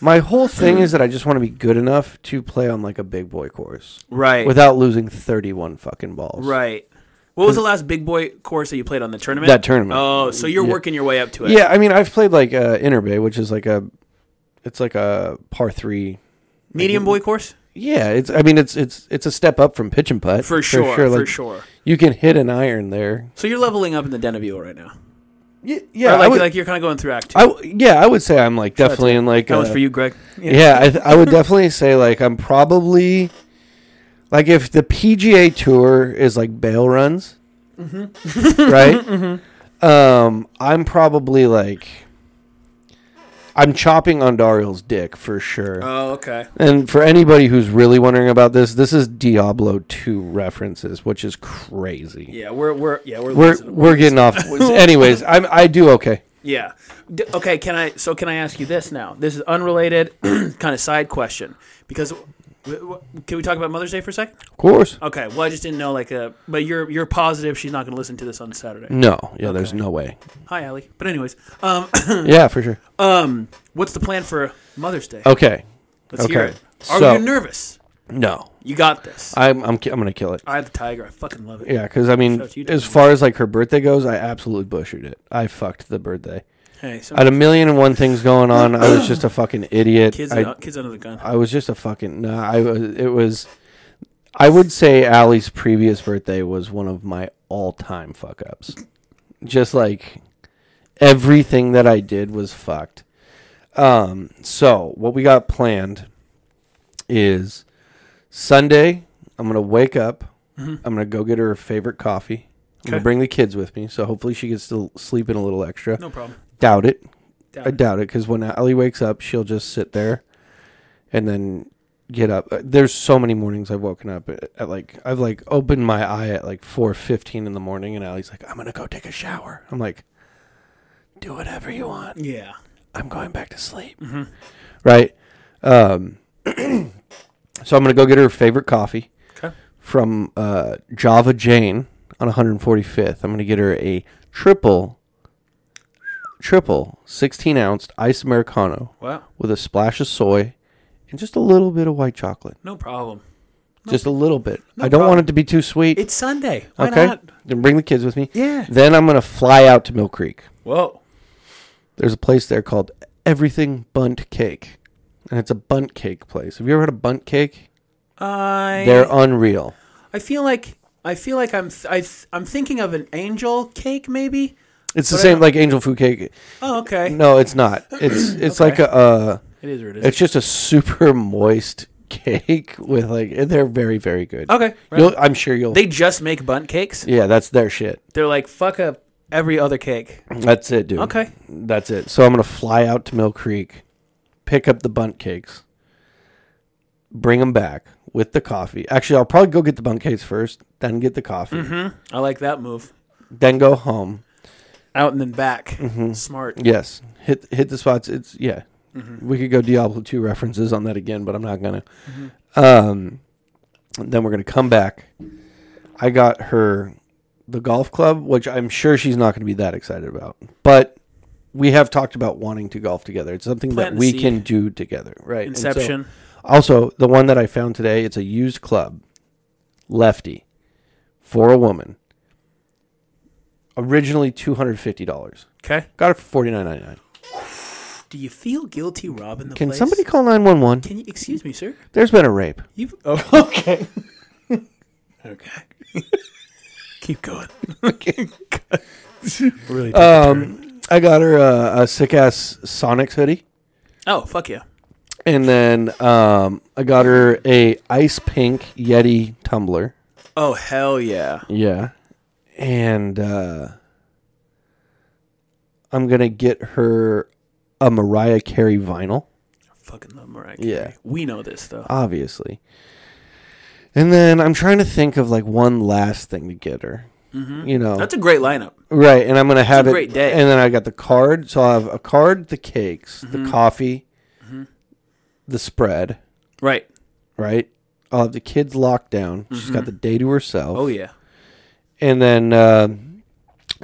my whole thing is that I just want to be good enough to play on like a big boy course
Right.
without losing 31 fucking balls
right. What was the last big boy course that you played on the tournament?
That tournament.
Oh, so you're working your way up to it.
yeah I mean I've played like uh Inner Bay which is like a it's like a par 3
Medium boy course?
yeah it's I mean it's it's it's a step up from pitch and putt
For sure. For sure.
like, you can hit an iron there
So you're leveling up in the Deneville right now.
yeah,
Yeah,
yeah
like,
I would,
like you're kind of going through act two.
I w- yeah, I would say I'm like definitely in like
that was
a-
for you, Greg. Yeah.
Yeah, I, th- I would definitely say like I'm probably like if the PGA Tour is like bail runs,
Mm-hmm.
right? Um, I'm probably like I'm chopping on Dariel's dick for sure.
Oh, okay.
and for anybody who's really wondering about this, this is Diablo 2 references, which is crazy.
Yeah, we're we're yeah we're
We're
losing.
we're getting off. Anyways, I'm I do okay.
Yeah. D- okay. Can I? So can I ask you this now? This is unrelated, kind of side question. Because w- w- can we talk about Mother's Day for a second?
Of course.
Okay. Well, I just didn't know. Like, uh, but you're you're positive she's not going to listen to this on Saturday.
No. Yeah, there's no way.
Hi, Allie. But anyways, um,
Yeah, for sure.
um, what's the plan for Mother's Day?
Okay.
Let's hear
Oh, okay.
it. Are
So-
you nervous?
No,
You got this. I,
I'm I'm ki- I'm gonna kill it.
had the tiger. I fucking love it.
Yeah, because I mean,
Shout out to you,
as
Daniel.
far as like her birthday goes, I absolutely butchered it. I fucked the birthday.
Hey, so
I had a million and one things going on. I was just a fucking idiot.
kids,
I,
uh, kids under the gun.
I was just a fucking. No, I was. It was. I would say Allie's previous birthday was one of my all-time fuck ups. Just like everything that I did was fucked. Um. So what we got planned is Sunday. I'm gonna wake up.
Mm-hmm.
I'm gonna go get her favorite coffee. I'm gonna
Okay.
bring the kids with me, so hopefully she gets to sleep in a little extra.
no problem.
Doubt it.
Doubt
I
it.
doubt it because when Allie wakes up, she'll just sit there and then get up. Uh, There's so many mornings I've woken up at, at like I've like opened my eye at like four fifteen in the morning, and Allie's like, "I'm gonna go take a shower." I'm like, "Do whatever you want.
Yeah.
I'm going back to sleep."
Mm-hmm.
Right. Um, so I'm gonna go get her favorite coffee
Okay.
from uh, Java Jane on 145th. I'm going to get her a triple, triple 16 ounce iced Americano
Wow.
with a splash of soy and just a little bit of white chocolate.
No problem.
just a little bit. I don't want it to be too sweet.
It's Sunday. Why
okay.
not?
Then bring the kids with me.
Yeah.
Then I'm going to fly out to Mill Creek.
Whoa.
There's a place there called Everything Bunt Cake. And it's a bunt cake place. Have you ever had a bunt cake?
I
They're unreal.
I feel like I feel like I'm th- I th- I'm thinking of an angel cake maybe.
It's the same like angel food cake.
Oh, okay.
No, it's not. It's it's like a uh,
It is what it is.
it's just a super moist cake with like and they're very very good.
Okay, right.
You'll, I'm sure you'll.
they just make bunt cakes.
yeah, that's their shit.
They're like fuck up every other cake.
That's it, dude.
Okay.
That's it. So I'm gonna fly out to Mill Creek, pick up the bunt cakes, bring them back with the coffee. Actually, I'll probably go get the bunt cakes first, then get the coffee,
Mm-hmm. I like that move.
then go home.
Out and then back.
Mm-hmm.
Smart.
Yes, hit hit the spots. It's yeah.
Mm-hmm.
We could go Diablo two references on that again, but I'm not gonna.
Mm-hmm.
Um, then we're gonna come back. I got her the golf club, which I'm sure she's not gonna be that excited about, but. We have talked about wanting to golf together. It's something
Planting
that
the
we
seed.
can do together, right? And so-
Inception.
also, the one that I found today, it's a used club, lefty, for a woman. Originally two hundred fifty dollars.
okay.
Got it for forty nine ninety nine.
Do you feel guilty robbing the
Can
place?
somebody call 911?
Can you excuse me, sir?
There's been a rape.
You oh, okay? okay. Keep going. really?
Um, I got her uh, a sick ass Sonics hoodie,
oh fuck yeah!
and then um, I got her a ice pink Yeti tumbler.
Oh hell yeah!
Yeah, and uh, I'm gonna get her a Mariah Carey vinyl,
Fucking love Mariah.
Yeah. Uh,
Carey. we know this though.
obviously. And then I'm trying to think of like one last thing to get her. You know,
Mm-hmm. That's a great lineup.
Right, and I'm gonna have
a
it.
great day.
And then I got the card, so I will have a card, the cakes,
Mm-hmm.
the coffee, the spread.
Right.
Right, I'll have the kids locked down. She's got the day to herself.
Mm-hmm. Oh yeah.
and then uh,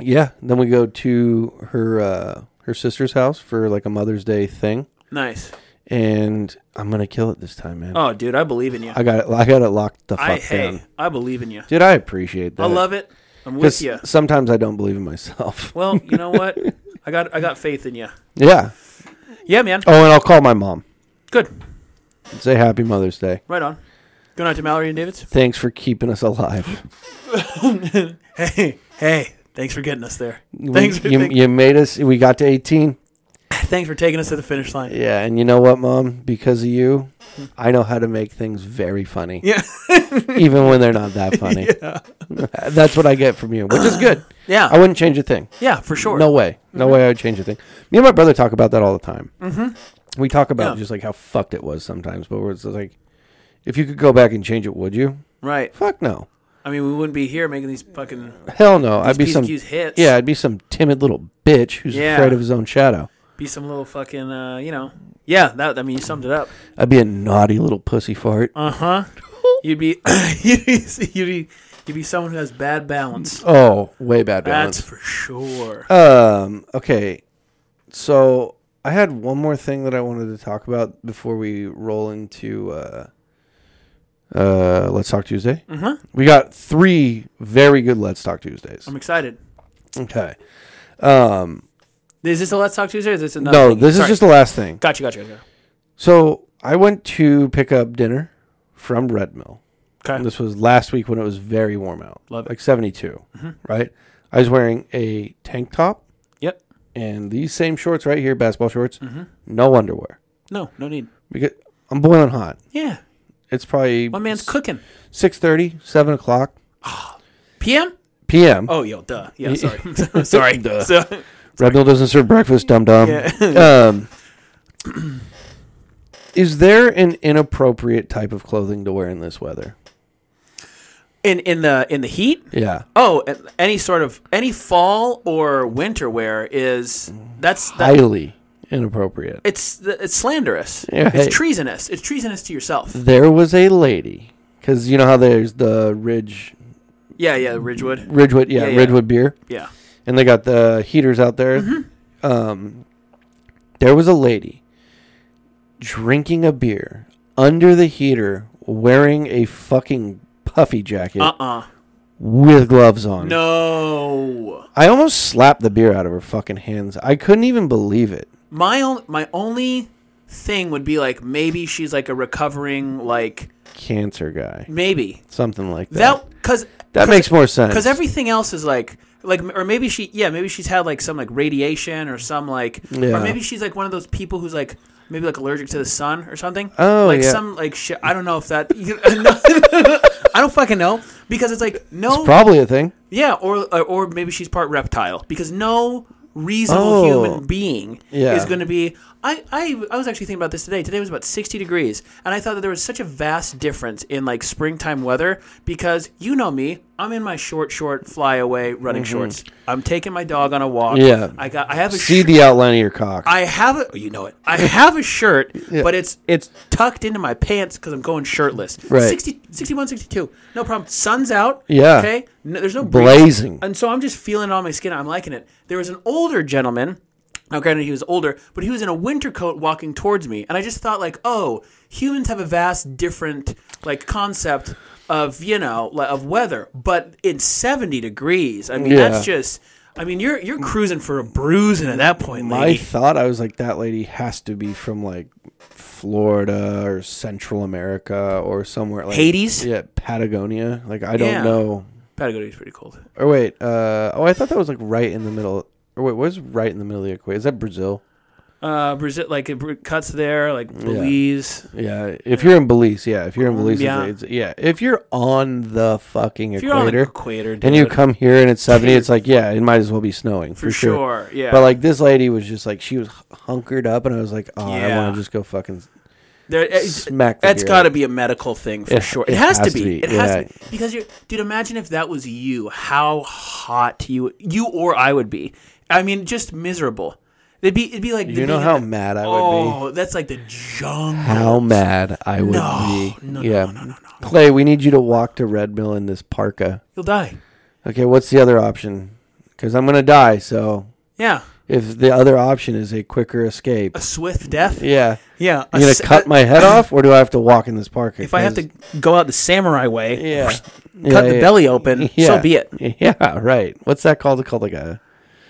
yeah, then we go to her uh, her sister's house for like a Mother's Day thing,
Nice.
and I'm gonna kill it this time, man.
Oh dude, I believe in you.
I got it. I got it locked the fuck
I
down.
hey, I believe in you.
Dude, I appreciate that.
I love it. I'm
'Cause
with you.
Sometimes I don't believe in myself.
Well, you know what? I got I got faith in you.
yeah.
Yeah, man.
Oh, and I'll call my mom.
Good.
and Say happy Mother's Day.
Right on. Going out to Mallory and David's.
Thanks for keeping us alive.
Hey, hey. Thanks for getting us there.
We-
Thanks for,
you,
thank-
you made us. We got to 18.
thanks for taking us to the finish line.
Yeah, and you know what, Mom? Because of you, I know how to make things very funny.
Yeah.
even when they're not that funny. That's what I get from you, which is good.
Yeah.
I wouldn't change a thing.
yeah, for sure. Mm-hmm.
No way. No way I would change a thing. Me and my brother talk about that all the time. Mm-hmm. We talk about
Yeah.
just like how fucked it was sometimes, but where it's like, if you could go back and change it, would you?
Right.
Fuck no.
I mean, we wouldn't be here making these fucking
Hell no. I'd be
P's
some
and Q's hits.
yeah, I'd be some timid little bitch who's
Yeah.
afraid of his own shadow.
be some little fucking uh, you know. Yeah, that I mean, you summed it up.
I'd be a naughty little pussy fart.
Uh huh. You'd be you'd be you'd be you'd be someone who has bad balance.
oh, way bad balance.
That's for sure.
Um. Okay. So I had one more thing that I wanted to talk about before we roll into uh, uh, Let's Talk Tuesday.
Uh-huh.
We got three very good Let's Talk Tuesdays.
I'm excited.
Okay. Um.
Is this a Let's Talk Tuesday? Or is this another?
No,
thing?
this is
Sorry.
just the last thing.
Gotcha, gotcha, gotcha.
So I went to pick up dinner from Red Mill.
Okay.
This was last week when it was very warm out,
Love it. Mm-hmm.
like 72, right? I was wearing a tank top
Yep. Mm-hmm.
and these same shorts right here, basketball shorts, no underwear.
No, no need.
because I'm boiling hot.
Yeah,
It's probably
my man's cooking.
6.30, 7 o'clock
PM?
p.m.
Oh, yo, duh. Yeah, sorry, sorry.
Duh.
So-
Red Mill doesn't serve breakfast, dum dum. um, is there an inappropriate type of clothing to wear in this weather?
in in the in the heat.
Yeah.
Oh, and any sort of any fall or winter wear is that's that,
Highly inappropriate.
it's it's slanderous.
Yeah,
it's
hey. Mm.
treasonous. It's treasonous to yourself.
There was a lady, because you know how there's the Ridge,
Yeah, yeah, Ridgewood.
Ridgewood, yeah,
Yeah, yeah.
Ridgewood beer,
Yeah.
and they got the heaters out there.
Mm-hmm.
Um, there was a lady drinking a beer under the heater, wearing a fucking puffy jacket
Uh uh
with gloves on.
No.
I almost slapped the beer out of her fucking hands. I couldn't even believe it.
My on, my only thing would be like maybe she's like a recovering like
Cancer guy,
maybe
something like that.
that because
That, makes more sense.
because everything else is like like or maybe she yeah maybe she's had like some like radiation or some like
Yeah.
or maybe she's like one of those people who's like maybe like allergic to the sun or something
Oh,
like
yeah.
some like shit i don't know if that i don't fucking know because it's like no
Probably a thing.
yeah, or or- or maybe she's part reptile because no reasonable
Oh.
human being
Yeah.
is going to be. I, I I was actually thinking about this today. Today was about sixty degrees, and I thought that there was such a vast difference in like springtime weather because you know me, I'm in my short short flyaway running shorts. I'm taking my dog on a walk.
Mm-hmm. Yeah.
I got I have a
See
shirt.
the outline of your cock.
I have a oh, you know it. I have a shirt, but it's it's tucked into my pants because I'm going shirtless.
Right.
60, 61, 62. No problem. Sun's out.
Yeah.
Okay. No, there's no breeze.
Blazing.
And so I'm just feeling it on my skin. I'm liking it. There was an older gentleman. Now, granted, he was older, but he was in a winter coat walking towards me, and I just thought, like, oh, humans have a vast different like concept of you know like, of weather, but it's 70 degrees. I mean,
Yeah.
that's just. I mean, you're you're cruising for a bruising at that point,
I
lady.
thought I was like that lady has to be from like Florida or Central America or somewhere like
Hades?
Yeah, Patagonia. Like I don't
Yeah.
know.
Patagonia's pretty cold.
Or wait, uh, oh, I thought that was like right in the middle. Or wait, what is right in the middle of the equator? Is that Brazil?
Uh, Brazil, like it br- cuts there, like Belize.
Yeah. If you're in Belize, yeah. If you're in Belize,
Mm, yeah.
yeah. It's, yeah. If you're on the fucking
If you're on the
equator
equator, dude,
and you come here and it's seventy, it's like yeah, it might as well be snowing for,
for sure, yeah.
But like this lady was just like she was h- hunkered up, and I was like, oh, I
Yeah.
want to just go fucking
there, it's,
smack. the
that's
beer
got
out
to
of
be a medical thing for
It-
sure. It, has, to be. It has
yeah.
to be. because you're, dude. Imagine if that was you. How hot you you or I would be. I mean, just miserable. It'd be it'd be like
it. You know how mad I would be.
oh, that's like the jungle.
How mad I would
No,
be.
no, no,
yeah.
no, no, no, no.
Clay, we need you to walk to Red Mill in this parka.
You'll die.
Okay, what's the other option? Because I'm gonna die. So
Yeah,
if the other option is a quicker escape,
a swift death.
yeah,
yeah. uh,
you gonna cut my head off, or do I have to walk in this parka?
If I have
'Cause-
to go out the samurai way,
yeah,
cut the belly open, so be it.
Yeah, right. What's that called? It's called like a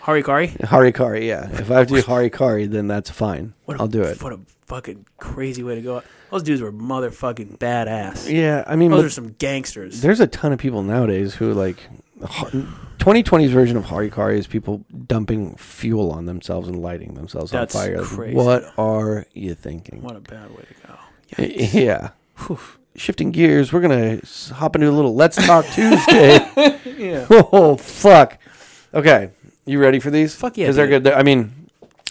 Harikari.
harikari. Yeah, if I have to do harikari, then that's fine.
What a,
I'll do it.
What a fucking crazy way to go out. Those dudes were motherfucking badass.
Yeah, I mean,
Those
but
are some gangsters.
there's a ton of people nowadays who like. har- 2020's version of harikari is people dumping fuel on themselves and lighting themselves
That's
on fire. Like,
crazy.
What are you thinking?
What a bad way to go.
Yeah. Shifting gears, we're gonna s- hop into a little Let's Talk Tuesday. Oh fuck. Okay, you ready for these?
Fuck yeah,
Because they're
dude.
good. They're- I mean,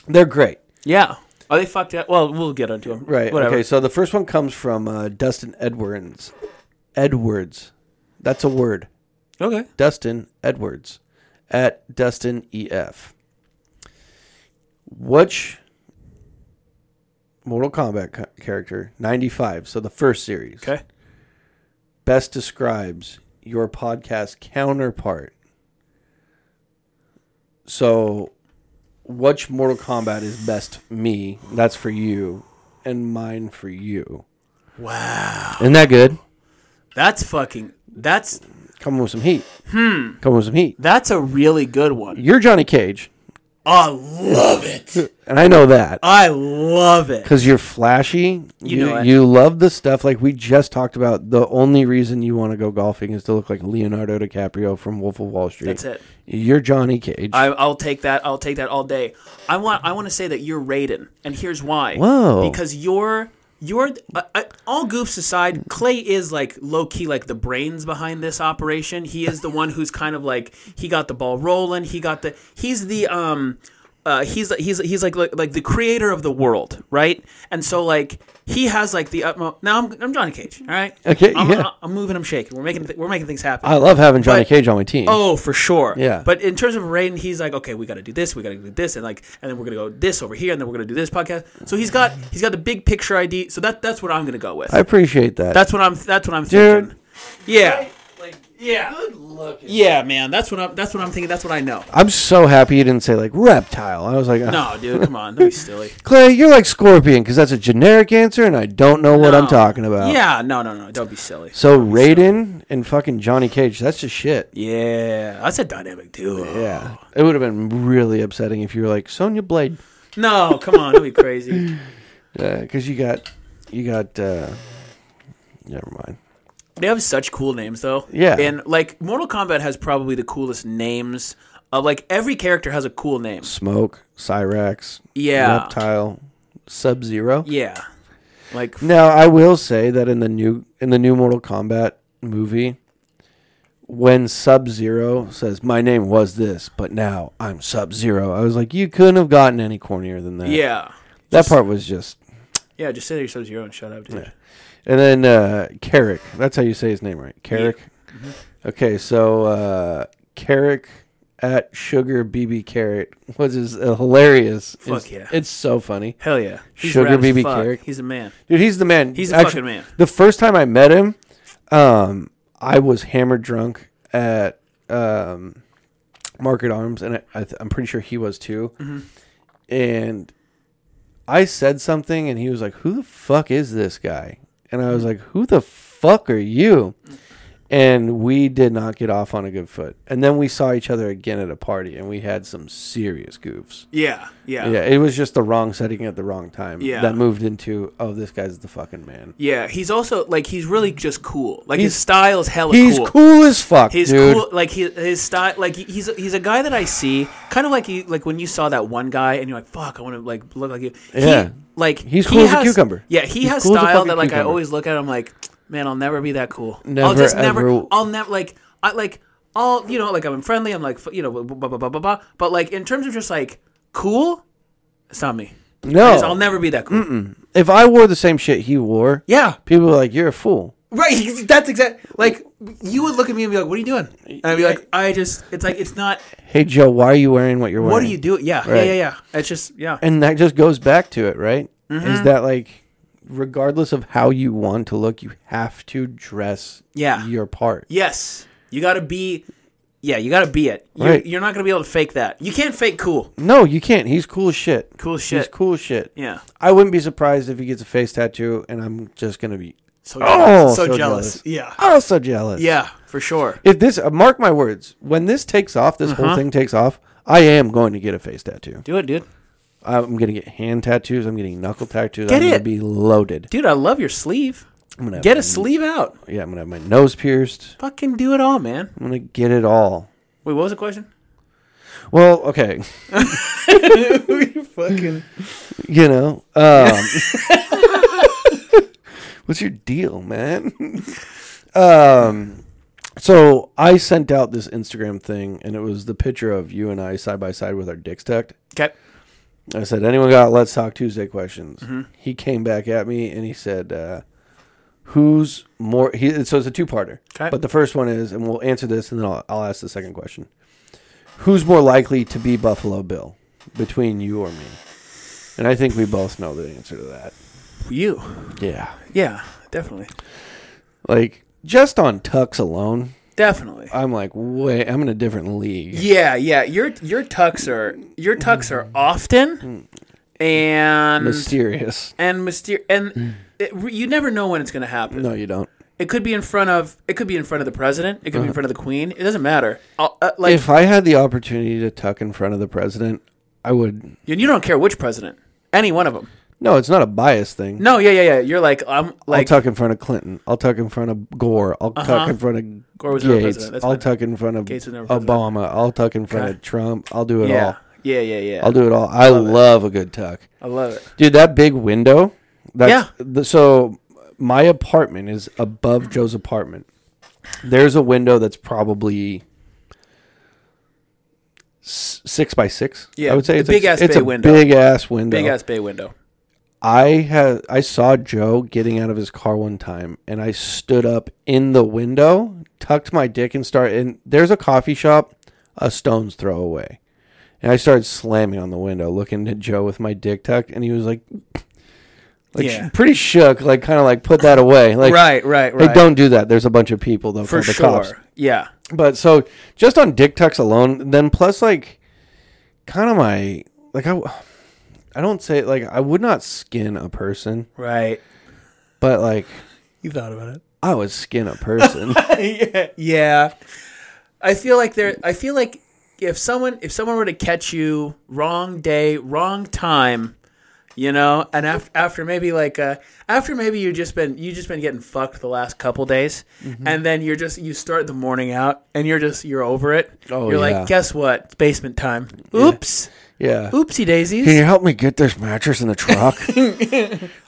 they're great.
Yeah. Are they fucked up? Well, we'll get onto them.
Right.
Whatever.
Okay. So the first one comes from uh, Dustin Edwards. Edwards. That's a word.
Okay.
Dustin Edwards at Dustin E EF. Which Mortal Kombat ca- character, 95, so the first series,
Okay.
best describes your podcast counterpart. So, which Mortal Kombat is best me? That's for you, and mine for you.
Wow.
Isn't that good?
That's fucking. That's
Come with some heat. Hmm. Come with some heat.
that's a really good one.
You're Johnny Cage,
I love it.
and I know that
I love it.
because you're flashy. You you,
Oh. know it.
love the stuff like we just talked about. The only reason you want to go golfing is to look like Leonardo DiCaprio from Wolf of Wall Street.
That's it.
You're Johnny Cage.
I, I'll take that. I'll take that all day. I want. I want to say that you're Raiden, and here's why.
Whoa.
Because you're you're uh, uh, all goofs aside. Clay is like low key, like the brains behind this operation. He is the one who's kind of like he got the ball rolling. He got the. He's the um. Uh, he's he's he's like, like like the creator of the world, right? And so like he has like the utmost. Now I'm, I'm Johnny Cage, all right?
Okay,
I'm,
yeah.
I'm moving, I'm shaking. We're making th- we're making things happen.
I love having Johnny
But-
Cage on my team.
Oh, for sure.
Yeah.
But in terms of Raiden, he's like, okay, we got to do this, we got to do this, and like, and then we're gonna go this over here, and then we're gonna do this podcast. So he's got he's got the big picture ID. So that that's what I'm gonna go with.
I appreciate that.
that's what I'm that's what I'm
Dude.
thinking. Yeah. Yeah. Good looking. Yeah, man. That's what I'm. That's what I'm thinking. That's what I know.
I'm so happy you didn't say like reptile. I was like, no.
No, dude, come on. Don't be silly.
Clay, you're like scorpion because that's a generic answer, and I don't know what I'm
No.
talking about.
Yeah. No, no, no. Don't be silly.
So Raiden and fucking Johnny Cage, that's just shit.
Yeah, that's a dynamic dude.
Yeah, it would have been really upsetting if you were like Sonya Blade
No, come on. Don't be crazy.
because you got you got. uh Never mind.
They have such cool names, though.
Yeah.
And like Mortal Kombat has probably the coolest names Uh, like every character has a cool name.
Smoke, Cyrax,
Yeah.
Reptile, Sub Zero.
Yeah. Like
Now I will say that in the new in the new Mortal Kombat movie, when Sub Zero says, "My name was this, but now I'm Sub Zero," I was like, "You couldn't have gotten any cornier than that."
yeah.
that part was just.
Yeah, just say that you're Sub Zero and shut up, dude.
And then uh, Carrick, that's how you say his name, right? Carrick.
Mm-hmm.
Okay, so uh, Carrick at Sugar BB Carrot was his uh, hilarious.
Fuck
it's,
yeah.
it's so funny.
Hell yeah. He's
Sugar
rad as
BB
fuck.
Carrick.
He's a man.
Dude, he's the man.
He's the fucking man.
The first time I met him, um, I was hammered drunk at um, Market Arms, and I, I th- I'm pretty sure he was too.
Mm-hmm.
And I said something, and he was like, "Who the fuck is this guy?" And I
Mm-hmm.
was like, "Who the fuck are you?" And we did not get off on a good foot. And then we saw each other again at a party, and we had some serious goofs.
Yeah, yeah.
Yeah, it was just the wrong setting at the wrong time.
Yeah.
That moved into, oh, this guy's the fucking man.
Yeah, he's also like he's really just cool. Like his
He's-
style's hella
He's cool,
cool.
as fuck,
He's
dude.
cool, like he, his style, like he- he's he's a guy that I see, kind of like you, like when you saw that one guy and you're like, fuck, I want to like look like you. He-
Yeah.
like
He's
he
cool as a
has-
cucumber.
Yeah, he
He's
has
cool as a
style
fucking
that like I
cucumber.
always look at. I'm like, man, I'll never be that cool. I'll
Never,
just never.
ever-
I'll never like I like I'll you know like I'm friendly. I'm like f- you know blah blah blah blah blah. But like in terms of just like cool, it's not me.
No.
Because I'll never be that cool.
If I wore the same shit he wore,
Yeah.
people were like, you're a fool.
Right, that's exact. Like you would look at me and be like, "What are you doing?" And I'd be like, "I just." It's like it's not.
Hey, Joe, why are you wearing what you're wearing?
What do you do? Yeah,
Right.
yeah, yeah, yeah. It's just yeah.
And that just goes back to it, right? Is
Mm-hmm.
that like, regardless of how you want to look, you have to dress
Yeah.
your part.
yes, you got to be. Yeah, you got to be it. You're,
Right.
you're not gonna be able to fake that. You can't fake cool.
No, you can't. He's cool as shit.
Cool as
He's
shit.
cool as shit.
Yeah.
I wouldn't be surprised if he gets a face tattoo, and I'm just going to be
So
Oh,
jealous. so,
so
jealous.
jealous.
Yeah.
oh so jealous.
Yeah, for sure.
If this, uh, mark my words, when this takes off, this
Uh-huh.
whole thing takes off, I am going to get a face tattoo.
Do it, dude.
I'm going to get hand tattoos. I'm getting knuckle tattoos.
Get
I'm going
it.
to be loaded.
Dude, I love your sleeve.
I'm gonna have
Get
my-
a sleeve out.
Yeah, I'm going to have my nose pierced.
Fucking do it all, man.
I'm going to get it all.
Wait, what was the question?
Well, okay.
Fucking.
You know, um, what's your deal, man? um, so I sent out this Instagram thing, and it was the picture of you and I side by side with our dicks tucked.
Okay.
I said, anyone got Let's Talk Tuesday questions? He came back at me and he said, uh, who's more? He, so it's a two parter.
'Kay.
But the first one is, and we'll answer this and then I'll, I'll ask the second question Who's more likely to be Buffalo Bill between you or me? And I think we both know the answer to that.
You.
Yeah.
Yeah, definitely.
Like, just on tucks alone,
Definitely.
I'm like, wait, I'm in a different league.
Yeah, yeah. Your your tucks are your tucks are often and
Mysterious.
and myster- and it, you never know when it's going to happen.
Mm. No, you don't.
It could be in front of it could be in front of the president. It could
Uh-huh.
be in front of the queen. It doesn't matter. I'll, uh, like
If I had the opportunity to tuck in front of the president, I would.
you, you don't care which president, any one of them.
No, it's not a bias thing.
No, yeah, yeah, yeah. You're like I'm like Uh-huh.
I'll tuck in front of Clinton. I'll tuck in front of Gore. I'll tuck in front of
Gore was never
Gates.
president, that's
I'll
fine.
tuck in front of
Gates was never president.
Obama. I'll tuck in front
Okay.
of Trump. I'll do it
yeah,
all.
yeah, yeah, yeah.
I'll do it all. I love, a good tuck,
I love it.
dude. That big window. That's,
Yeah.
The, so my apartment is above Joe's apartment. There's a window that's probably s- six by six.
Yeah,
I would say
the
it's a-
big-ass
it's
bay
a
window.
Big ass window.
Big ass bay window.
I had I saw Joe getting out of his car one time, and I stood up in the window, tucked my dick, and started. And there's a coffee shop a stone's throw away, and I started slamming on the window, looking at Joe with my dick tucked, and he was like, like
Yeah.
pretty shook, like kind of like put that away, like
Right, right, right.
Hey, don't do that. There's a bunch of people though
For
the
sure.
cops.
Yeah.
But so just on dick tucks alone, then plus like kind of my like I I don't say like I would not skin a person,
Right.
but like
You thought about it.
I would skin a person.
Yeah. I feel like there I feel like if someone if someone were to catch you wrong day, wrong time, you know and after, after maybe like uh, after maybe you just been you just been getting fucked the last couple days
Mm-hmm.
and then you're just you start the morning out and you're just you're over it
Oh,
you're
yeah.
like guess what it's basement time oops
Yeah.
oopsie daisies
Can you help me get this mattress in the truck?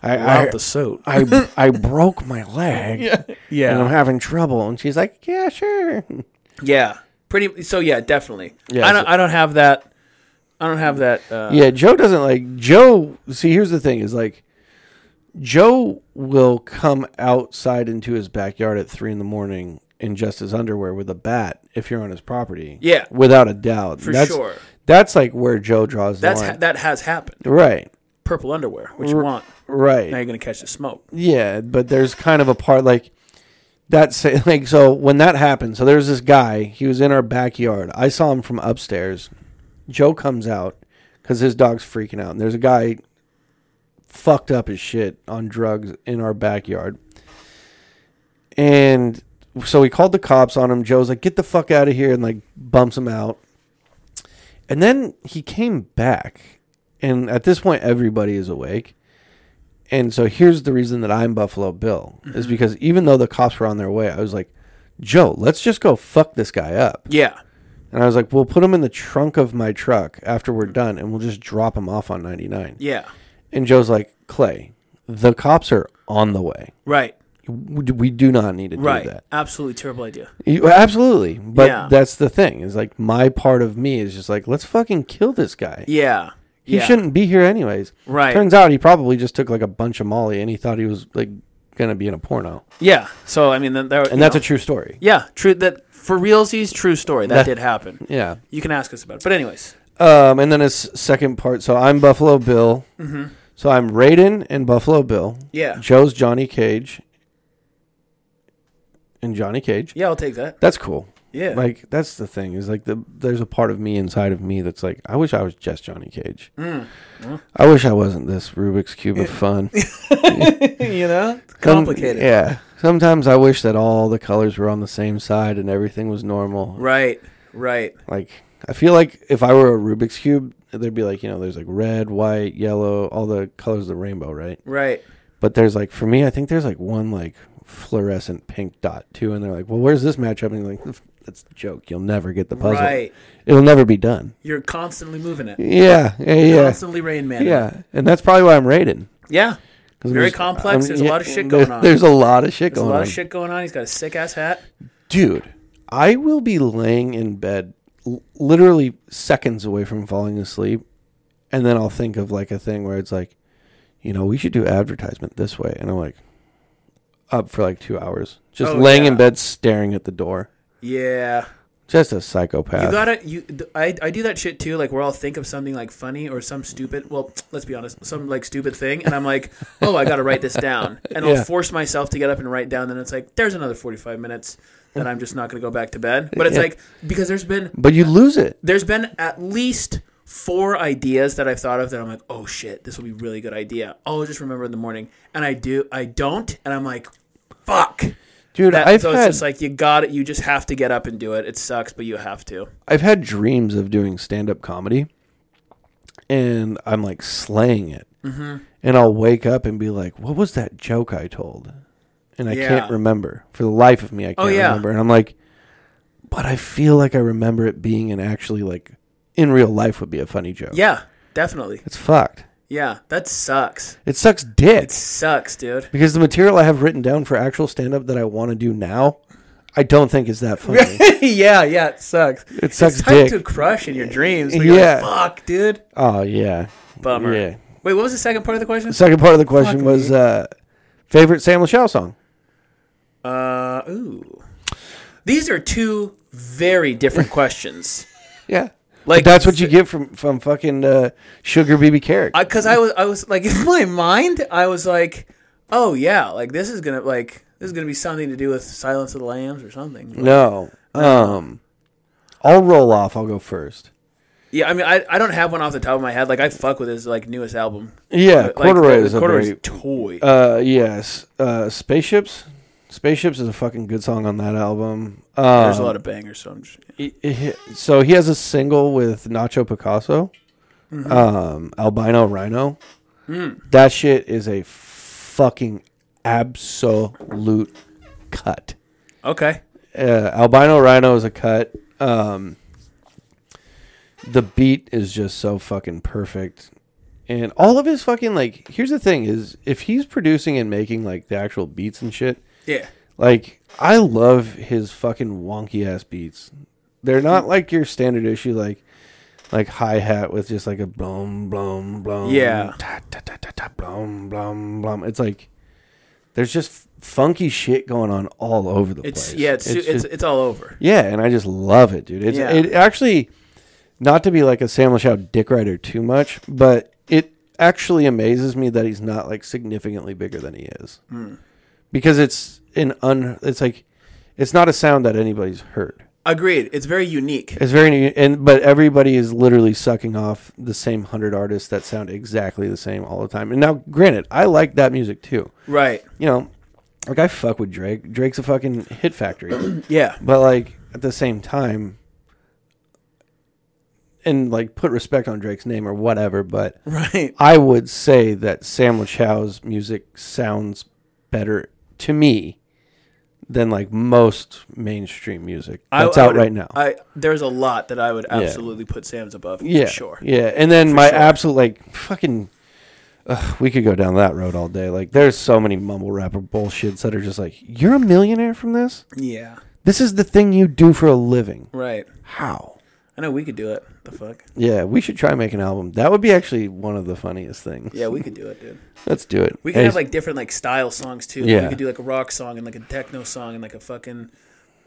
I, I,
out the soap
I, I broke my leg and I'm
yeah
having trouble. And she's like, yeah, sure.
yeah pretty so yeah definitely
Yeah,
i don't
so-
i don't have that i don't have that uh,
Yeah, Joe doesn't like Joe. See, here's the thing: is like Joe will come outside into his backyard at three in the morning in just his underwear with a bat if you're on his property.
Yeah.
without a doubt,
For
that's,
sure.
That's like where Joe draws
that's
the
ha-
line.
that has happened
right,
purple underwear which you want
right.
now you're gonna catch the smoke
Yeah, but there's kind of a part like that. Say, like so when that happened. So there's this guy. He was in our backyard. I saw him from upstairs. Joe comes out because his dog's freaking out, and there's a guy fucked up as shit on drugs in our backyard. And so we called the cops on him. Joe's like, "Get the fuck out of here!" and like bumps him out. And then he came back, and at this point, everybody is awake. And so here's the reason that I'm Buffalo Bill
Mm-hmm.
is because even though the cops were on their way, I was like, Joe, let's just go fuck this guy up.
yeah
And I was like, we'll put him in the trunk of my truck after we're done and we'll just drop him off on 99.
Mm-hmm. yeah
And Joe's like, Clay, the cops are on the way.
right
We do- we do not need to
right
do that.
absolutely terrible idea
You- absolutely. But
Yeah.
that's the thing is like, my part of me is just like, let's fucking kill this guy.
yeah
He
yeah.
shouldn't be here anyways.
Right.
Turns out he probably just took like a bunch of Molly and he thought he was like going to be in a porno.
Yeah. So I mean, then there,
and that's a true story.
yeah, true that for realsies, true story that did happen.
Yeah.
You can ask us about it, but anyways,
Um, and then his second part. So I'm Buffalo Bill. So I'm Raiden and Buffalo Bill.
Mm-hmm. Yeah.
Joe's Johnny Cage. And Johnny Cage.
yeah, I'll take that.
That's cool.
Yeah.
Like that's the thing is like the there's a part of me inside of me that's like I wish I was just Johnny Cage.
Mm.
I wish I wasn't this Rubik's cube of fun.
you know, it's
Some-
complicated.
yeah. Sometimes I wish that all the colors were on the same side and everything was normal.
Right. Right.
Like I feel like if I were a Rubik's cube, there'd be like you know, there's like red, white, yellow, all the colors of the rainbow, right?
Right.
But there's like for me, I think there's like one like fluorescent pink dot too, and they're like, well, where's this matchup? And you're like that's a joke. You'll never get the puzzle.
Right.
It'll never be done.
You're constantly moving it.
Yeah, yeah, yeah,
Constantly rain man.
yeah. And that's probably why I'm rated.
Yeah.
'Cause
Very
there's-
complex. There's a lot of shit
there-
going on.
There's a lot of shit
There's a
going
lot
on.
of shit going on. He's got a sick ass hat.
dude i will be laying in bed l- literally seconds away from falling asleep and then i'll think of like a thing where it's like you know we should do advertisement this way and i'm like up for like two hours just
Oh,
laying in
yeah.
bed staring at the door
Yeah.
just a psychopath
You gotta you. th- I, I do that shit too. Like where I'll think of something like funny or some stupid. Well, let's be honest, some like stupid thing, and I'm like, oh, I gotta write this down, and
Yeah.
I'll force myself to get up and write down. And it's like, there's another 45 minutes that I'm just not gonna go back to bed. But it's
Yeah.
like because there's been
but you lose it
there's been at least four ideas that I've thought of that I'm like, oh shit, this will be a really good idea. I'll just remember in the morning, and I do. I don't, and I'm like, fuck.
dude
That,
i've
so
had
it's just like you got it. You just have to get up and do it. It sucks, but you have to.
I've had dreams of doing stand up comedy, and I'm like slaying it,
Mm-hmm.
and I'll wake up and be like, "What was that joke I told?" And I can't
Yeah.
remember for the life of me. I can't
Oh, yeah.
remember, and I'm like, "But I feel like I remember it being an actually like in real life would be a funny joke."
Yeah, definitely.
it's fucked.
Yeah, that sucks.
It sucks dick
It sucks, dude.
because the material I have written down for actual stand up that I want to do now, I don't think is that funny.
yeah, yeah, it sucks.
It sucks
It's time
dick.
to crush in your dreams.
Y-
But you're
yeah.
like, fuck, dude.
oh yeah,
Bummer.
Yeah.
Wait, what was the second part of the question?
Second part of the question was uh, favorite Sam Lachelle song.
Uh, ooh. These are two very different questions.
Yeah. Like
Like-
that's what you get from from fucking uh, Sugar BB Carrot.
Because I, was, I was like, in my mind, I was like, oh yeah, like this is gonna like this is gonna be something to do with Silence of the Lambs or something.
no.
Uh,
Um I'll roll off. I'll go first.
Yeah, I mean, I, I don't have one off the top of my head. Like I fuck with his like newest album.
Yeah,
Like,
corduroy is a
Corduroy's
very
toy.
uh yes. Uh spaceships. Spaceships is a fucking good song on that album. Um,
There's a lot of bangers, so I'm just
so he has a single with Nacho Picasso, um, albino rhino, That shit is a fucking absolute cut.
Okay.
Uh, albino rhino is a cut. Um, the beat is just so fucking perfect. And all of his fucking like here's the thing is if he's producing and making like the actual beats and shit,
Yeah.
like I love his fucking wonky ass beats. They're not like your standard issue like like hi hat with just like a blum blum blum
Yeah.
ta ta ta ta ta blum blum blum. It's like there's just funky shit going on all over the
It's
place.
yeah. It's it's, it's,
just-
all over.
yeah, and I just love it, dude. It's
Yeah.
it actually not to be like a Sam Lashout dick rider too much, but it actually amazes me that he's not like significantly bigger than he is. Because it's an un it's like it's not a sound that anybody's heard.
Agreed. It's very unique.
It's very new, and but everybody is literally sucking off the same hundred artists that sound exactly the same all the time. And now, granted, I like that music too.
Right.
You know, like I fuck with Drake. Drake's a fucking hit factory.
Yeah.
But like at the same time, and like put respect on Drake's name or whatever. But
Right.
I would say that Sam Chow's music sounds better to me than like most mainstream music
I-
that's
I
out
would-
right now.
I there's a lot that I would absolutely put Sam's above. for
yeah,
Sure.
Yeah, and then my
sure.
absolute like fucking. Ugh, we could go down that road all day. Like, there's so many mumble rapper bullshits that are just like, you're a millionaire from this.
Yeah.
This is the thing you do for a living.
Right.
How?
I know we could do it. The fuck.
Yeah, we should try make an album. That would be actually one of the funniest things.
Yeah, we could do it, dude.
Let's do it.
We could
Hey,
have like different like style songs too.
Yeah.
We could do like a rock song and like a techno song and like a fucking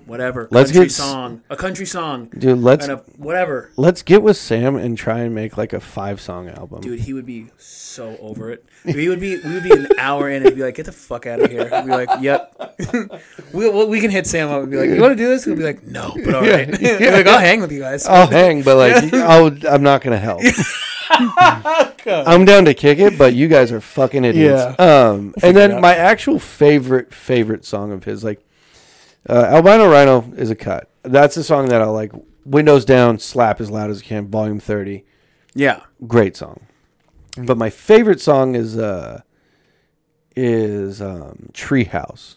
whatever
Let's
country
get s-
song, a country song,
dude, let's
and a whatever.
let's get with Sam and try and make like a five song album.
Dude, he would be so over it. We would be we would be an hour in and he'd be like, "Get the fuck out of here." We'd be like, "Yep." we we we can hit Sam up and be like, "You want to do this?" We'd be like, "No, but all right." He'd be like, "I'll hang with you guys."
I'll hang, but like I'll, I'm not gonna help. I'm down to kick it, but you guys are fucking idiots. Um, and then my actual favorite favorite song of his, like uh, Albino Rhino, is a cut. That's a song that I'll like. Windows down, slap as loud as you can. Volume thirty.
Yeah.
great song. But my favorite song is uh is um Treehouse.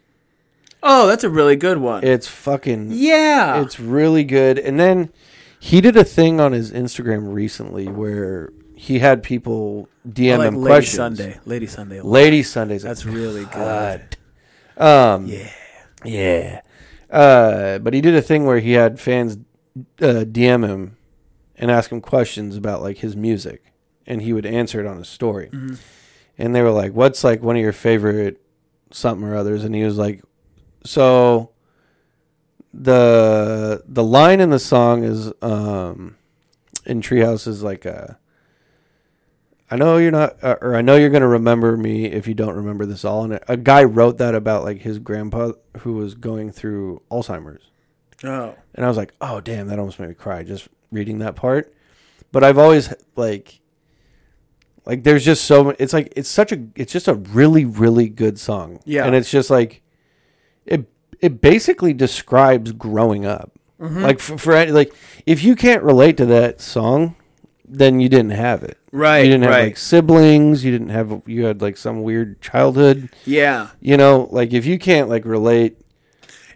Oh, that's a really good one.
It's fucking
yeah.
it's really good. And then he did a thing on his Instagram recently where he had people DM
I Oh, like
him
Lady
questions.
Sunday. Lady Sunday. a lot.
Lady Sunday's
That's really good.
Um, yeah, yeah. Uh, but he did a thing where he had fans uh, DM him and ask him questions about like his music, and he would answer it on his story. And they were like, "What's like one of your favorite something or others?" And he was like, "So the the line in the song is um in Treehouse is like a." I know you're not, uh, or I know you're gonna remember me if you don't remember this all. And a guy wrote that about like his grandpa who was going through Alzheimer's,
Oh.
and I was like, oh damn, that almost made me cry just reading that part. But I've always like, like there's just so mu- it's like it's such a it's just a really really good song.
Yeah.
and it's just like, it it basically describes growing up.
Mm-hmm.
Like for, for any- like if you can't relate to that song, then you didn't have it.
Right,
You didn't have
right.
like siblings. You didn't have. You had like some weird childhood.
Yeah.
You know, like if you can't like relate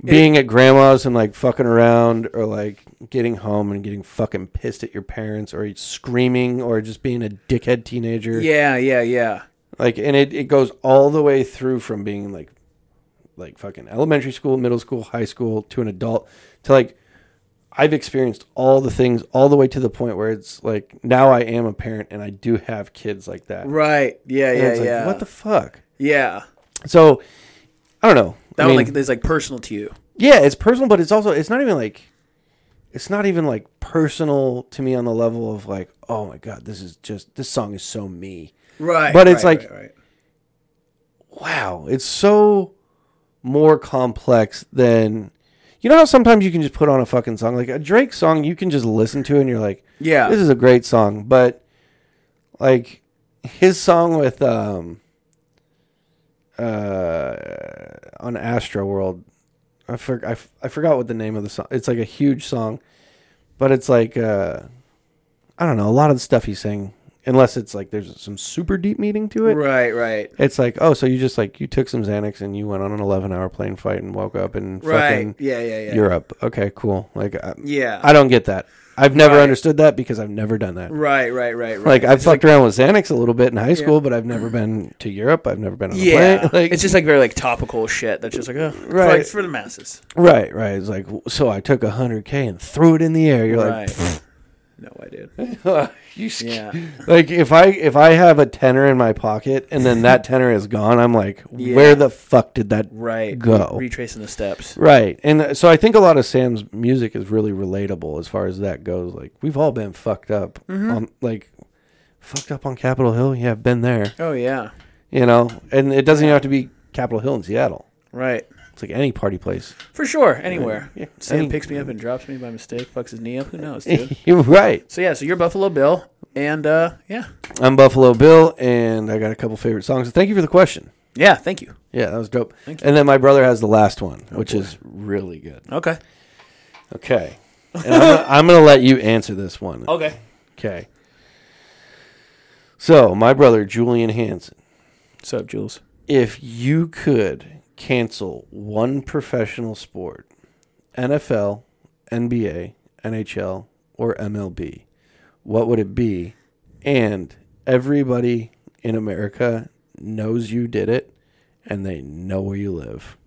being at grandma's and like fucking around or like getting home and getting fucking pissed at your parents or screaming or just being a dickhead teenager.
Yeah, yeah, yeah.
Like and it, it goes all the way through from being like like fucking elementary school, middle school, high school to an adult to like I've experienced all the things all the way to the point where it's like now I am a parent and I do have kids like that.
Right. Yeah,
And
yeah,
it's like,
yeah.
What the fuck?
yeah.
So I don't know.
That
I
one
mean-
like is like personal to you.
yeah it's personal but it's also it's not even like it's not even like personal to me on the level of like oh my god this is just this song is so me
Right.
But it's
right,
like-
right, right.
wow it's so more complex than you know how sometimes you can just put on a fucking song like a drake song you can just listen to and you're like
Yeah.
this is a great song but like his song with um uh on astro world I, for, I, f- I forgot what the name of the song it's like a huge song but it's like uh i don't know a lot of the stuff he sang unless it's like there's some super deep meaning to it.
Right, right.
It's like, oh, so you just like you took some Xanax and you went on an 11 hour plane flight and woke up in
Right.
fucking
Yeah, yeah, yeah.
Europe. Okay, cool. Like, I,
Yeah.
I don't get that. I've never
Right.
understood that because I've never done that.
Right, right, right, right.
Like I've fucked around with Xanax a little bit in high school, but I've never been to Europe. I've never been on a
yeah,
plane. Like
it's just like very like topical shit. That's just like oh, right
Right.
for, for the masses.
right, right. It's like so I took hundred k and threw it in the air. You're
right. no, I did.
like, you sk-
Yeah.
like if I if I have a tenor in my pocket and then that tenor is gone, I'm like, where the fuck did that
Right.
go?
Retracing the steps.
Right. And uh, so I think a lot of Sam's music is really relatable as far as that goes. Like we've all been fucked up on like fucked up on Capitol Hill. Yeah, I've been there.
Oh yeah.
You know, and it doesn't even have to be Capitol Hill in Seattle.
Right.
It's like any party place.
For sure. Anywhere.
Yeah.
Sam
Any-
picks me up and drops me by mistake. Fucks his knee up. Who knows, dude?
You're right.
so yeah. So you're Buffalo Bill, and uh, yeah,
I'm Buffalo Bill, and I got a couple favorite songs. Thank you for the question.
yeah. Thank you.
Yeah, that was dope. And then my brother has the last one, which is really good.
Okay.
Oh, Okay. And I'm, gonna, I'm gonna let you answer this one.
Okay.
Okay. So, my brother, Julian Hansen,
What's up, Jules?
if you could cancel one professional sport, NFL, NBA, NHL, or MLB, what would it be? And everybody in America knows you did it and they know where you live.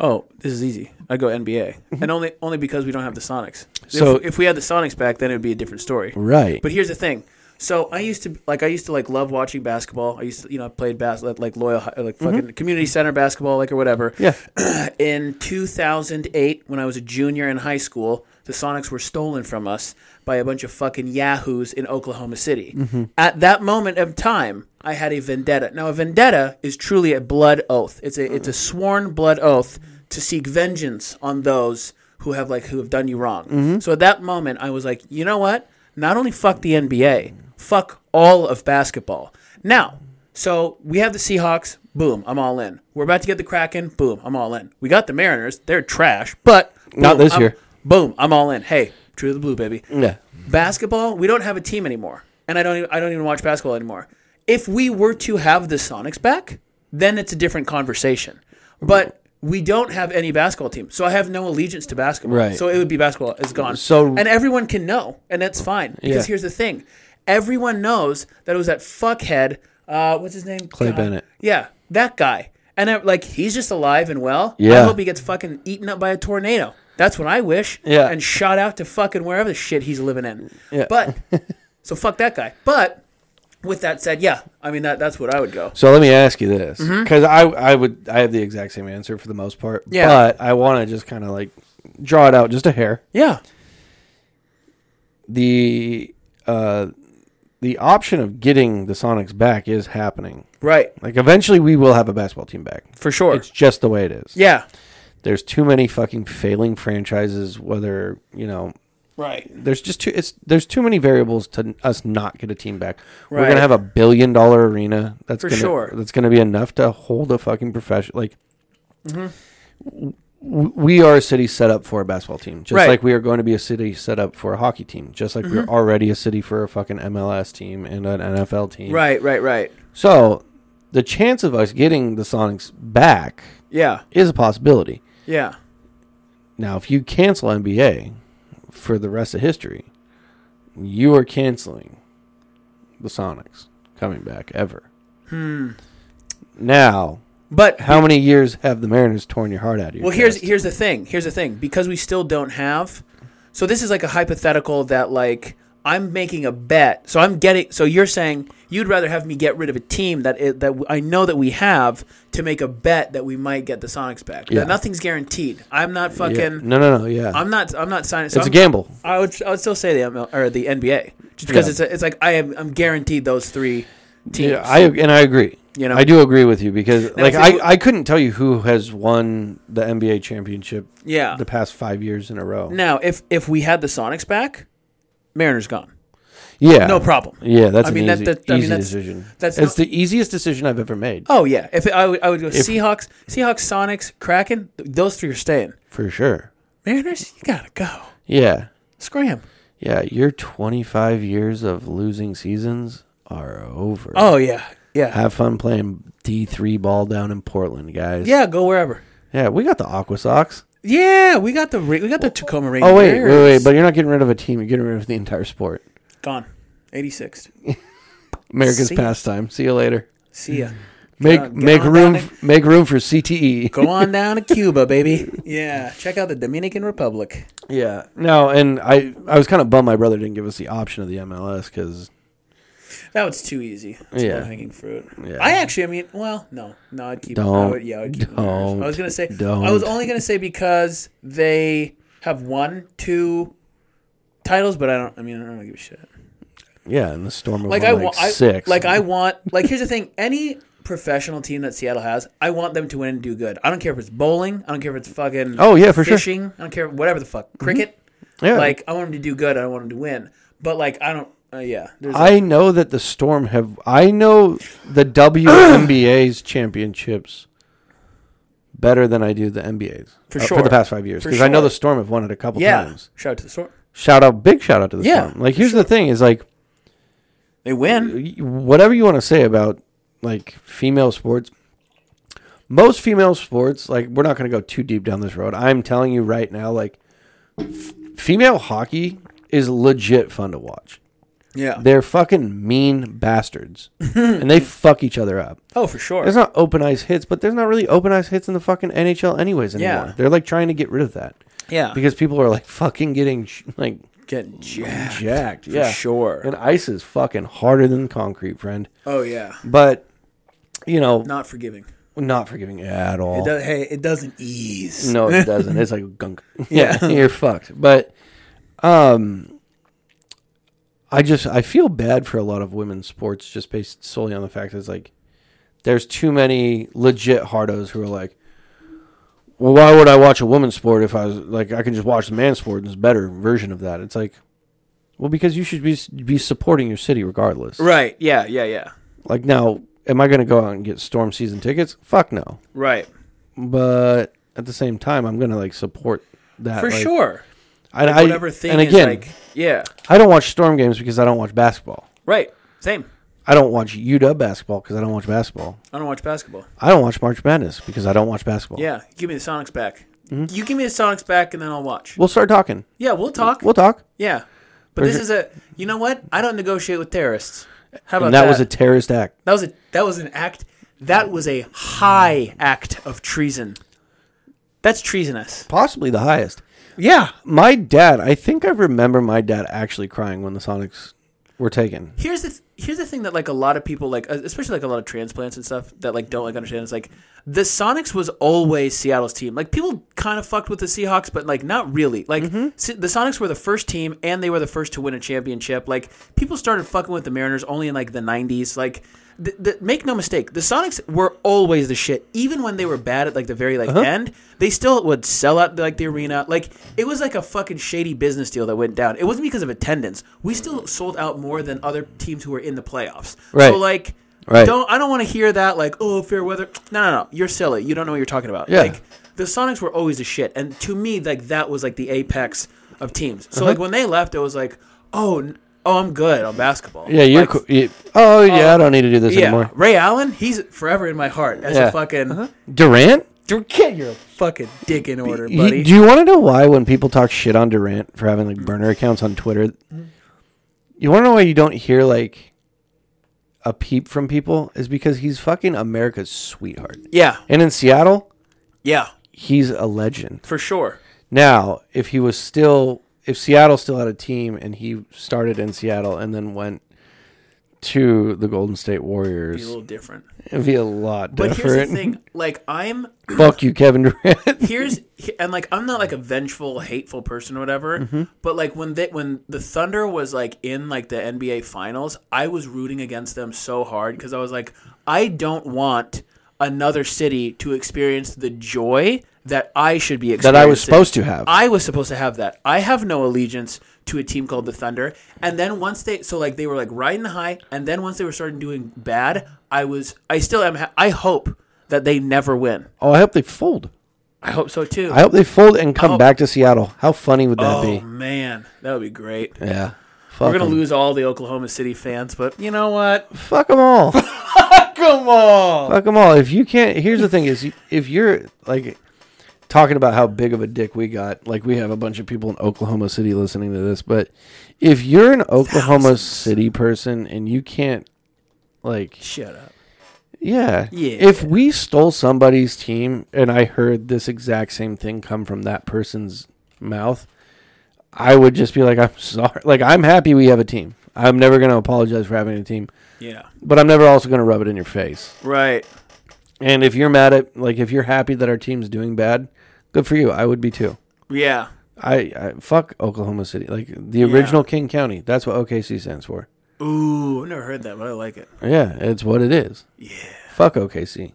Oh, this is easy. I go NBA, and only only because we don't have the Sonics.
So-
So if, if we had the Sonics back, then it would be a different story.
Right.
But here's the thing. So I used to like I used to like love watching basketball. I used to you know I played bas- like, like loyal Hi- like fucking community center basketball like or whatever.
Mm-hmm. Yeah.
In 2008, when I was a junior in high school, the Sonics were stolen from us by a bunch of fucking yahoos in Oklahoma City. At that moment of time, I had a vendetta. Now a vendetta is truly a blood oath. It's a it's a sworn blood oath to seek vengeance on those who have like who have done you wrong. So at that moment, I was like, you know what? not only fuck the NBA, fuck all of basketball. Now, so we have the Seahawks, boom, I'm all in. We're about to get the Kraken, boom, I'm all in. We got the Mariners, they're trash, but
Not
boom,
this
I'm-
year.
Boom, I'm all in. Hey, true to the blue, baby.
Yeah.
Basketball, we don't have a team anymore, and I don't even, I don't even watch basketball anymore. If we were to have the Sonics back, then it's a different conversation. But we don't have any basketball team, so I have no allegiance to basketball.
Right.
So it would be basketball is gone.
So-
and everyone can know, and that's fine. Because
Yeah.
here's the thing: everyone knows that it was that fuckhead. Uh, what's his name?
Clay
God.
Bennett.
Yeah, that guy. And I, like he's just alive and well.
Yeah.
I hope he gets fucking eaten up by a tornado. That's what I wish.
Yeah.
And shot out to fucking wherever the shit he's living in. Yeah. But so fuck that guy. But with that said, yeah, I mean that that's what I would go.
So let me ask you this,
Mm-hmm.
because I I would I have the exact same answer for the most part.
Yeah.
But I want to just kind of like draw it out just a hair.
Yeah.
The uh, the option of getting the Sonics back is happening.
Right.
Like eventually we will have a basketball team back.
For sure.
It's just the way it is.
yeah.
There's too many fucking failing franchises. Whether you know,
Right.
there's just too it's there's too many variables to n- us not get a team back. We're
Right.
gonna have a billion dollar arena. That's
For
gonna,
sure.
That's gonna be enough to hold a fucking profession. Like w- we are a city set up for a basketball team, just
Mm-hmm. Right. Mm-hmm.
like we are going to be a city set up for a hockey team, just like we're already a city for a fucking MLS team and an NFL team.
Right. Right. Right.
So the chance of us getting the Sonics back
Yeah.
is a possibility.
Yeah.
Now, if you cancel NBA for the rest of history, you are canceling the Sonics coming back ever. Hmm. Now,
But
how many years have the Mariners torn your heart out of your
Well, here's
chest?
here's the thing. Here's the thing. Because we still don't have. So this is like a hypothetical that like I'm making a bet. So I'm getting. So you're saying you'd rather have me get rid of a team that it, that I know that we have to make a bet that we might get the Sonics back.
Yeah.
That nothing's guaranteed. I'm not fucking.
Yeah. No, no, no. Yeah,
I'm not. I'm not signing. So
it's a
I'm-
gamble.
I would. I would still say the ML, or the NBA just because
Yeah.
it's. A, it's like I am. I'm guaranteed those three teams.
Yeah, I and I agree.
You know?
I do agree with you because, like,
if it
I, I couldn't tell you who has won the NBA championship.
Yeah.
the past five years in a row.
now, if if we had the Sonics back, Mariners gone.
yeah,
no problem.
Yeah, that's
I
an
mean, that-
easy,
that- I mean,
easy
that's-
decision.
that's
it's
not-
the easiest decision I've ever made
Oh yeah, if it, I would, I would go Seahawks, Seahawks, Sonics, Kraken. th- Those three are staying.
for sure.
Mariners, you gotta go.
Yeah,
Scram.
Yeah, your 25 years of losing seasons are over.
Oh yeah, yeah,
Have fun playing D3 ball down in Portland, guys.
yeah. Go wherever.
Yeah, we got the Aqua Sox.
Yeah, we got the Ra- we got the Tacoma Rangers.
Oh, wait, wait, wait. But you're not getting rid of a team. You're getting rid of the entire sport.
gone. Eighty six.
America's
See ya.
pastime. See you later.
See ya.
Make
on- get
make
on
room
down
make room for E. CTE.
Go on down to Cuba, baby. Yeah, check out the Dominican Republic.
Yeah. No, and I I was kind of bummed my brother didn't give us the option of the MLS because
That was too easy. It's
Yeah.
low hanging fruit.
Yeah.
I actually, I mean, well, no, no, I'd keep. I
Don't.
would, yeah, I'd keep
Don't.
I was gonna say. I was
Don't.
only gonna say because they have won two titles, but I don't. I mean, I don't give a shit.
yeah, and the storm of
Like
like,
I
like
want.
six.
Like I want. Like here's the thing. Any professional team that Seattle has, I want them to win and do good. I don't care if it's bowling. I don't care if it's fucking.
Oh, yeah, for sure. Mm-hmm.
fishing. I don't care whatever the fuck cricket.
yeah.
Like I want them to do good. I don't want them to win. But like I don't. Uh, yeah. There's a-
I know that the Storm have. I know the WNBA's championships better than I do the NBA's
For
uh, for
sure.
the past five years
For
because I know
sure.
the Storm have won it a couple
yeah.
times.
Shout out to the store.
Shout out, big shout out to the
Yeah,
Storm. Like here's the thing: is like
They win.
y- whatever you want to say about like female sports. Most female sports, like we're not going to go too deep down this road. I'm telling you right now, like f- female hockey is legit fun to watch.
Yeah.
They're fucking mean bastards, and they fuck each other up.
Oh, for sure.
There's not open ice hits, but there's not really open ice hits in the fucking NHL anyways anymore.
Yeah.
They're like trying to get rid of that
yeah.
because people are like fucking getting sh- like
Getting jacked.
jacked.
for sure.
And ice is fucking harder than concrete, friend.
Oh yeah.
But you know, not,
Not forgiving.
forgiving at
It
all.
does, hey, it doesn't ease.
no, it doesn't. It's like gunk. Yeah, you're fucked. But um I just I feel bad for a lot of women's sports just based solely on the fact that it's like there's too many legit hardos who are like well, why would I watch a woman's sport if I was like I can just watch the man's sport and it's a better version of that? It's like, well, because you should be be supporting your city regardless.
Right. Yeah. Yeah. Yeah.
Like now, am I going to go out and get storm season tickets? Fuck no.
Right.
But at the same time, I'm going to like support that
For
like-
sure.
I,
Like,
I-
whatever thing
and
is
again,
like. Yeah.
I don't watch Storm games because I don't watch basketball.
Right. Same.
I don't watch UW basketball because I don't watch basketball.
I don't watch basketball.
I don't watch March Madness because I don't watch basketball.
Yeah. Give me the Sonics back.
Mm-hmm.
You give me the Sonics back, and then I'll watch.
We'll start talking.
yeah, we'll talk.
We'll talk.
yeah. But this is a. You know what? I don't negotiate with terrorists. How about
And that, was a terrorist act.
That was a that was an act. That was a high act of treason. That's treasonous.
Possibly the highest.
Yeah.
My dad, I think I remember my dad actually crying when the Sonics were taken.
Here's the th- here's the thing that like a lot of people like, uh, especially like a lot of transplants and stuff that like don't like understand. It's like the Sonics was always Seattle's team. Like people kind of fucked with the Seahawks, but like not really. Like Se- the Sonics were the first team, and they were the first to win a championship. Like people started fucking with the Mariners only in like the '90s. Like. The, the, make no mistake, the Sonics were always the shit. Even when they were bad at like the very
Uh-huh.
like end, they still would sell out like the arena. Like it was like a fucking shady business deal that went down. It wasn't because of attendance. We still sold out more than other teams who were in the playoffs.
Right.
So like,
Right.
don't I don't want to hear that like oh fair weather. No no no, you're silly. You don't know what you're talking about.
Yeah.
Like the Sonics were always the shit, and to me like that was like the apex of teams. So
Uh-huh.
like when they left, it was like oh. n- Oh, I'm good on basketball.
Yeah, you're.
Like,
co- you- oh, yeah, I don't need to do this
yeah,
anymore.
Ray Allen, he's forever in my heart as
Yeah.
a fucking
Durant?
get your fucking dick in order,
You-
buddy.
do you want to know why when people talk shit on Durant for having like burner accounts on Twitter? You want to know why you don't hear like a peep from people is because he's fucking America's sweetheart.
yeah,
And in Seattle,
yeah,
he's a legend.
for sure.
Now, if he was still if Seattle still had a team and he started in Seattle and then went to the Golden State
Be a
Warriors,
little different.
it'd be a lot
But
different.
here's the thing: like, I'm
Fuck you, Kevin Durant.
here's and like I'm not like a vengeful, hateful person or whatever.
Mm-hmm.
But like when they when the Thunder was like in like the NBA Finals, I was rooting against them so hard because I was like, I don't want another city to experience the joy that I should be experiencing.
that I was supposed to have.
I was supposed to have that. I have no allegiance to a team called the Thunder. And then once they, so like they were like riding the high, and then once they were starting doing bad, I was, I still am. Ha- I hope that they never win.
oh, I hope they fold.
I hope so too.
Oh.
I hope they fold and come back to Seattle. How funny would that
oh
be?
man, that would be great.
Yeah. Fuck
Oh. We're gonna
'em.
lose all the Oklahoma City fans, but you know what?
Fuck them all.
Come on.
Fuck them all. If you can't, here's the thing: is you- if you're like talking about how big of a dick we got, like we have a bunch of people in Oklahoma City listening to this, but if you're an Oklahoma City person and you can't, like,
Shut up.
yeah,
Yeah.
if we stole somebody's team and I heard this exact same thing come from that person's mouth, I would just be like, I'm sorry. Like, I'm happy we have a team. I'm never gonna apologize for having a team,
Yeah.
but I'm never also gonna rub it in your face.
Right.
And if you're mad at, like, if you're happy that our team's doing bad, good for you. I would be too.
Yeah.
I, I fuck Oklahoma City, like the original King County. That's what OKC stands for.
Ooh, I've never heard that, but I like it.
Yeah, it's what it is. Yeah. Fuck OKC.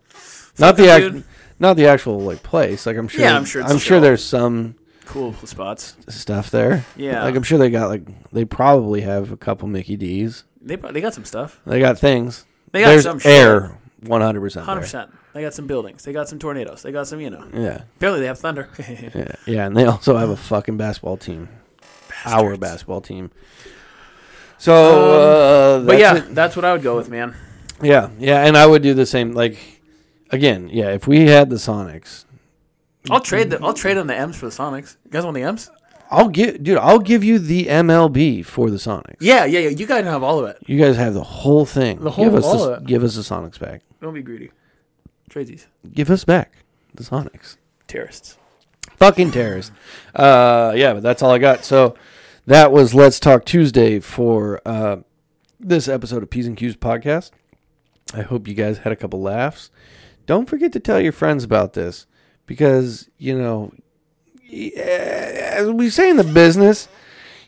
not the
it,
act,
dude.
not the actual like place. Like I'm sure.
Yeah, I'm sure it's
I'm
a
sure
show.
there's some
Cool spots.
stuff there.
Yeah.
Like I'm sure they got like they probably have a couple Mickey D's.
They pro- they got some stuff.
They got things.
They got
there's
some shit.
air. One hundred percent.
Hundred percent. They got some buildings. They got some tornadoes. They got some, you know.
Yeah.
Apparently, they have thunder.
Yeah, yeah, and they also have a fucking basketball team. Our basketball team. So, uh, that's
Um, but yeah,
it.
that's what I would go with, man.
yeah, yeah, and I would do the same. Like, again, yeah, if we had the Sonics,
I'll trade the I'll trade on the M's for the Sonics. You guys want the M's?
I'll give, dude, I'll give you the MLB for the Sonics.
Yeah, yeah, yeah. You guys have all of it.
You guys have the whole thing. The
whole-
give us
all
the,
of it.
give us the Sonics back.
Don't be greedy. Trade these
Give us back the Sonics.
terrorists.
Fucking terrorists. Uh, yeah, but that's all I got. So that was Let's Talk Tuesday for uh, this episode of P's and Q's podcast. I hope you guys had a couple laughs. Don't forget to tell your friends about this because, you know, yeah, as we say in the business,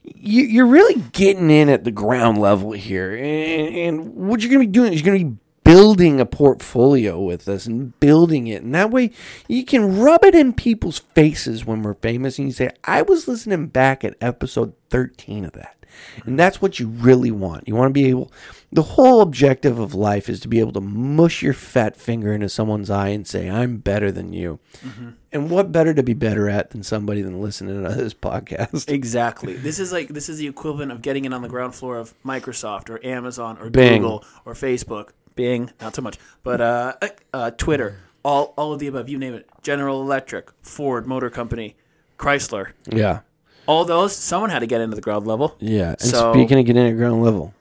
you, you're really getting in at the ground level here. And, and what you're going to be doing is you're going to be building a portfolio with us and building it. And that way you can rub it in people's faces when we're famous. And you say, I was listening back at episode 13 of that. And that's what you really want. You want to be able, the whole objective of life is to be able to mush your fat finger into someone's eye and say, I'm better than you. And what better to be better at than somebody than listening to this podcast?
Exactly. This is like this is the equivalent of getting in on the ground floor of Microsoft or Amazon or
Bing.
Google or Facebook, Bing, not so much, but uh, uh, Twitter, all all of the above. You name it. General Electric, Ford Motor Company, Chrysler,
Yeah.
all those. Someone had to get into the ground level.
Yeah. And
So-
speaking of getting at ground level,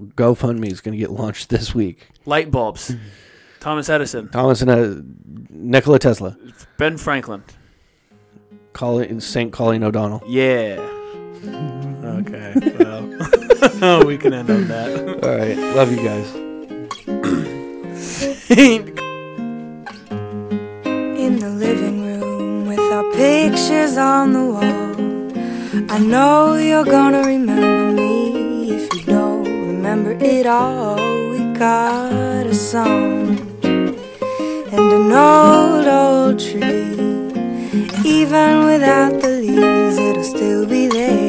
GoFundMe is going to get launched this week.
Light bulbs, Thomas Edison,
Thomas and uh, Nikola Tesla,
Ben Franklin.
Colin, St. Colleen O'Donnell.
Yeah. Okay. Well, we can end on that.
All right. Love you guys.
in the living room with our pictures on the wall. I know you're gonna remember me if you don't remember it all. We got a song and an old, old tree. Even without the leaves, it'll still be there.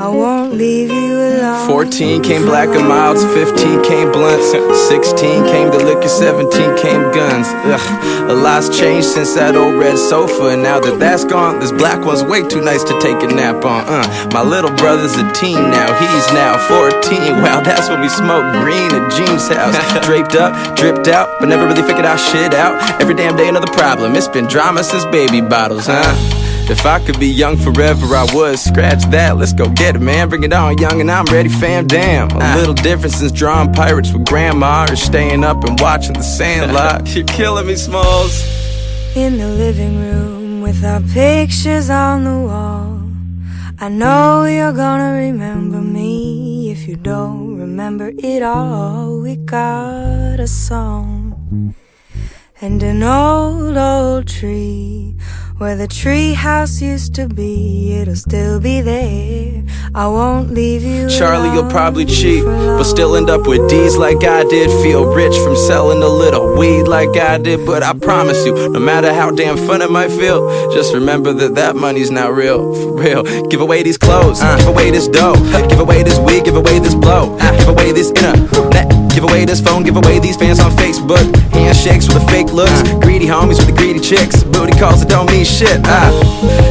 I won't leave you alone.
14 came black and milds, 15 came blunts, 16 came the liquor, 17 came guns. Ugh, a lot's changed since that old red sofa. And now that that's gone, this black one's way too nice to take a nap on. Uh, my little brother's a teen now, he's now 14. Wow, that's when we smoked green at Gene's house. Draped up, dripped out, but never really figured our shit out. Every damn day another problem. It's been drama since baby bottles, huh? If I could be young forever, I would. Scratch that, let's go get it, man. Bring it on, young, and I'm ready, fam. Damn. A little different since drawing pirates with grandma or staying up and watching the sandlot. You're killing me, Smalls.
in the living room with our pictures on the wall. I know you're gonna remember me if you don't remember it all. We got a song and an old, old tree where the tree house used to be. It'll still be there. I won't leave you.
Charlie, you'll probably
alone
cheat,
for
but still end up
long.
with D's like I did. Feel rich from selling a little weed like I did, but I promise you, no matter how damn fun it might feel, just remember that that money's not real, for real. Give away these Ah. clothes, give away this dough, give away this wig, give away this blow, give away this inner net, give Give away this phone, give away these fans on Facebook. Handshakes with the fake looks, greedy homies with the greedy chicks. Booty calls that don't mean shit. Ah,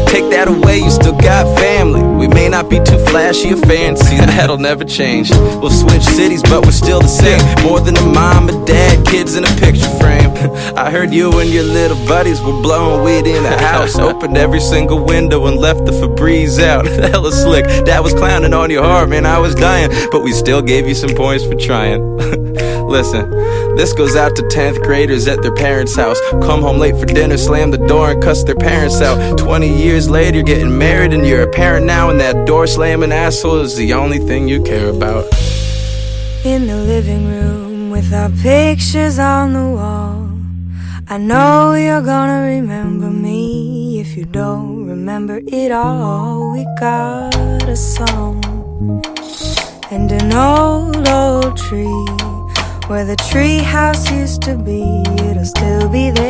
take that away, you still got family. We may not be too flashy or fancy, that'll never change. We'll switch cities, but we're still the same. More than a mom, a dad, kids in a picture frame. I heard you and your little buddies were blowing weed in the house. Opened every single window and left the Febreze out. Hella slick. Dad was clowning on your heart, man. I was dying, but we still gave you some points for trying. Listen, this goes out to 10th graders at their parents' house. Come home late for dinner, slam the door, and cuss their parents out. 20 years later, getting married, and you're a parent now, and that door slamming asshole is the only thing you care about.
in the living room with our pictures on the wall. I know you're gonna remember me if you don't remember it all. We got a song and an old, old tree where the tree house used to be. It'll still be there.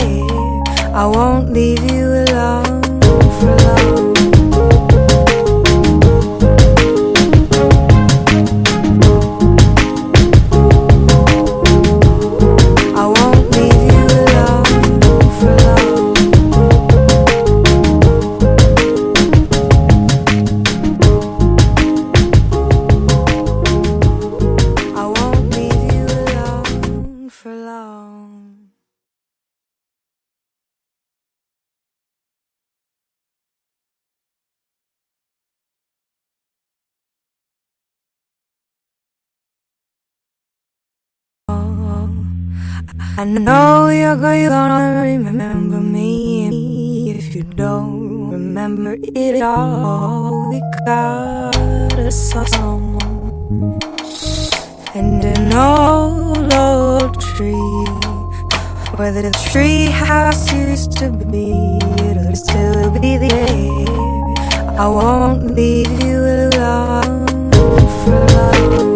I won't leave you alone for long. I won't leave you alone for long. I won't leave you alone for long. Oh, I know you're go- you're gonna remember me if you don't remember it all. We got a song and an old old tree where the tree house used to be. It'll still be there. I won't leave you alone for long.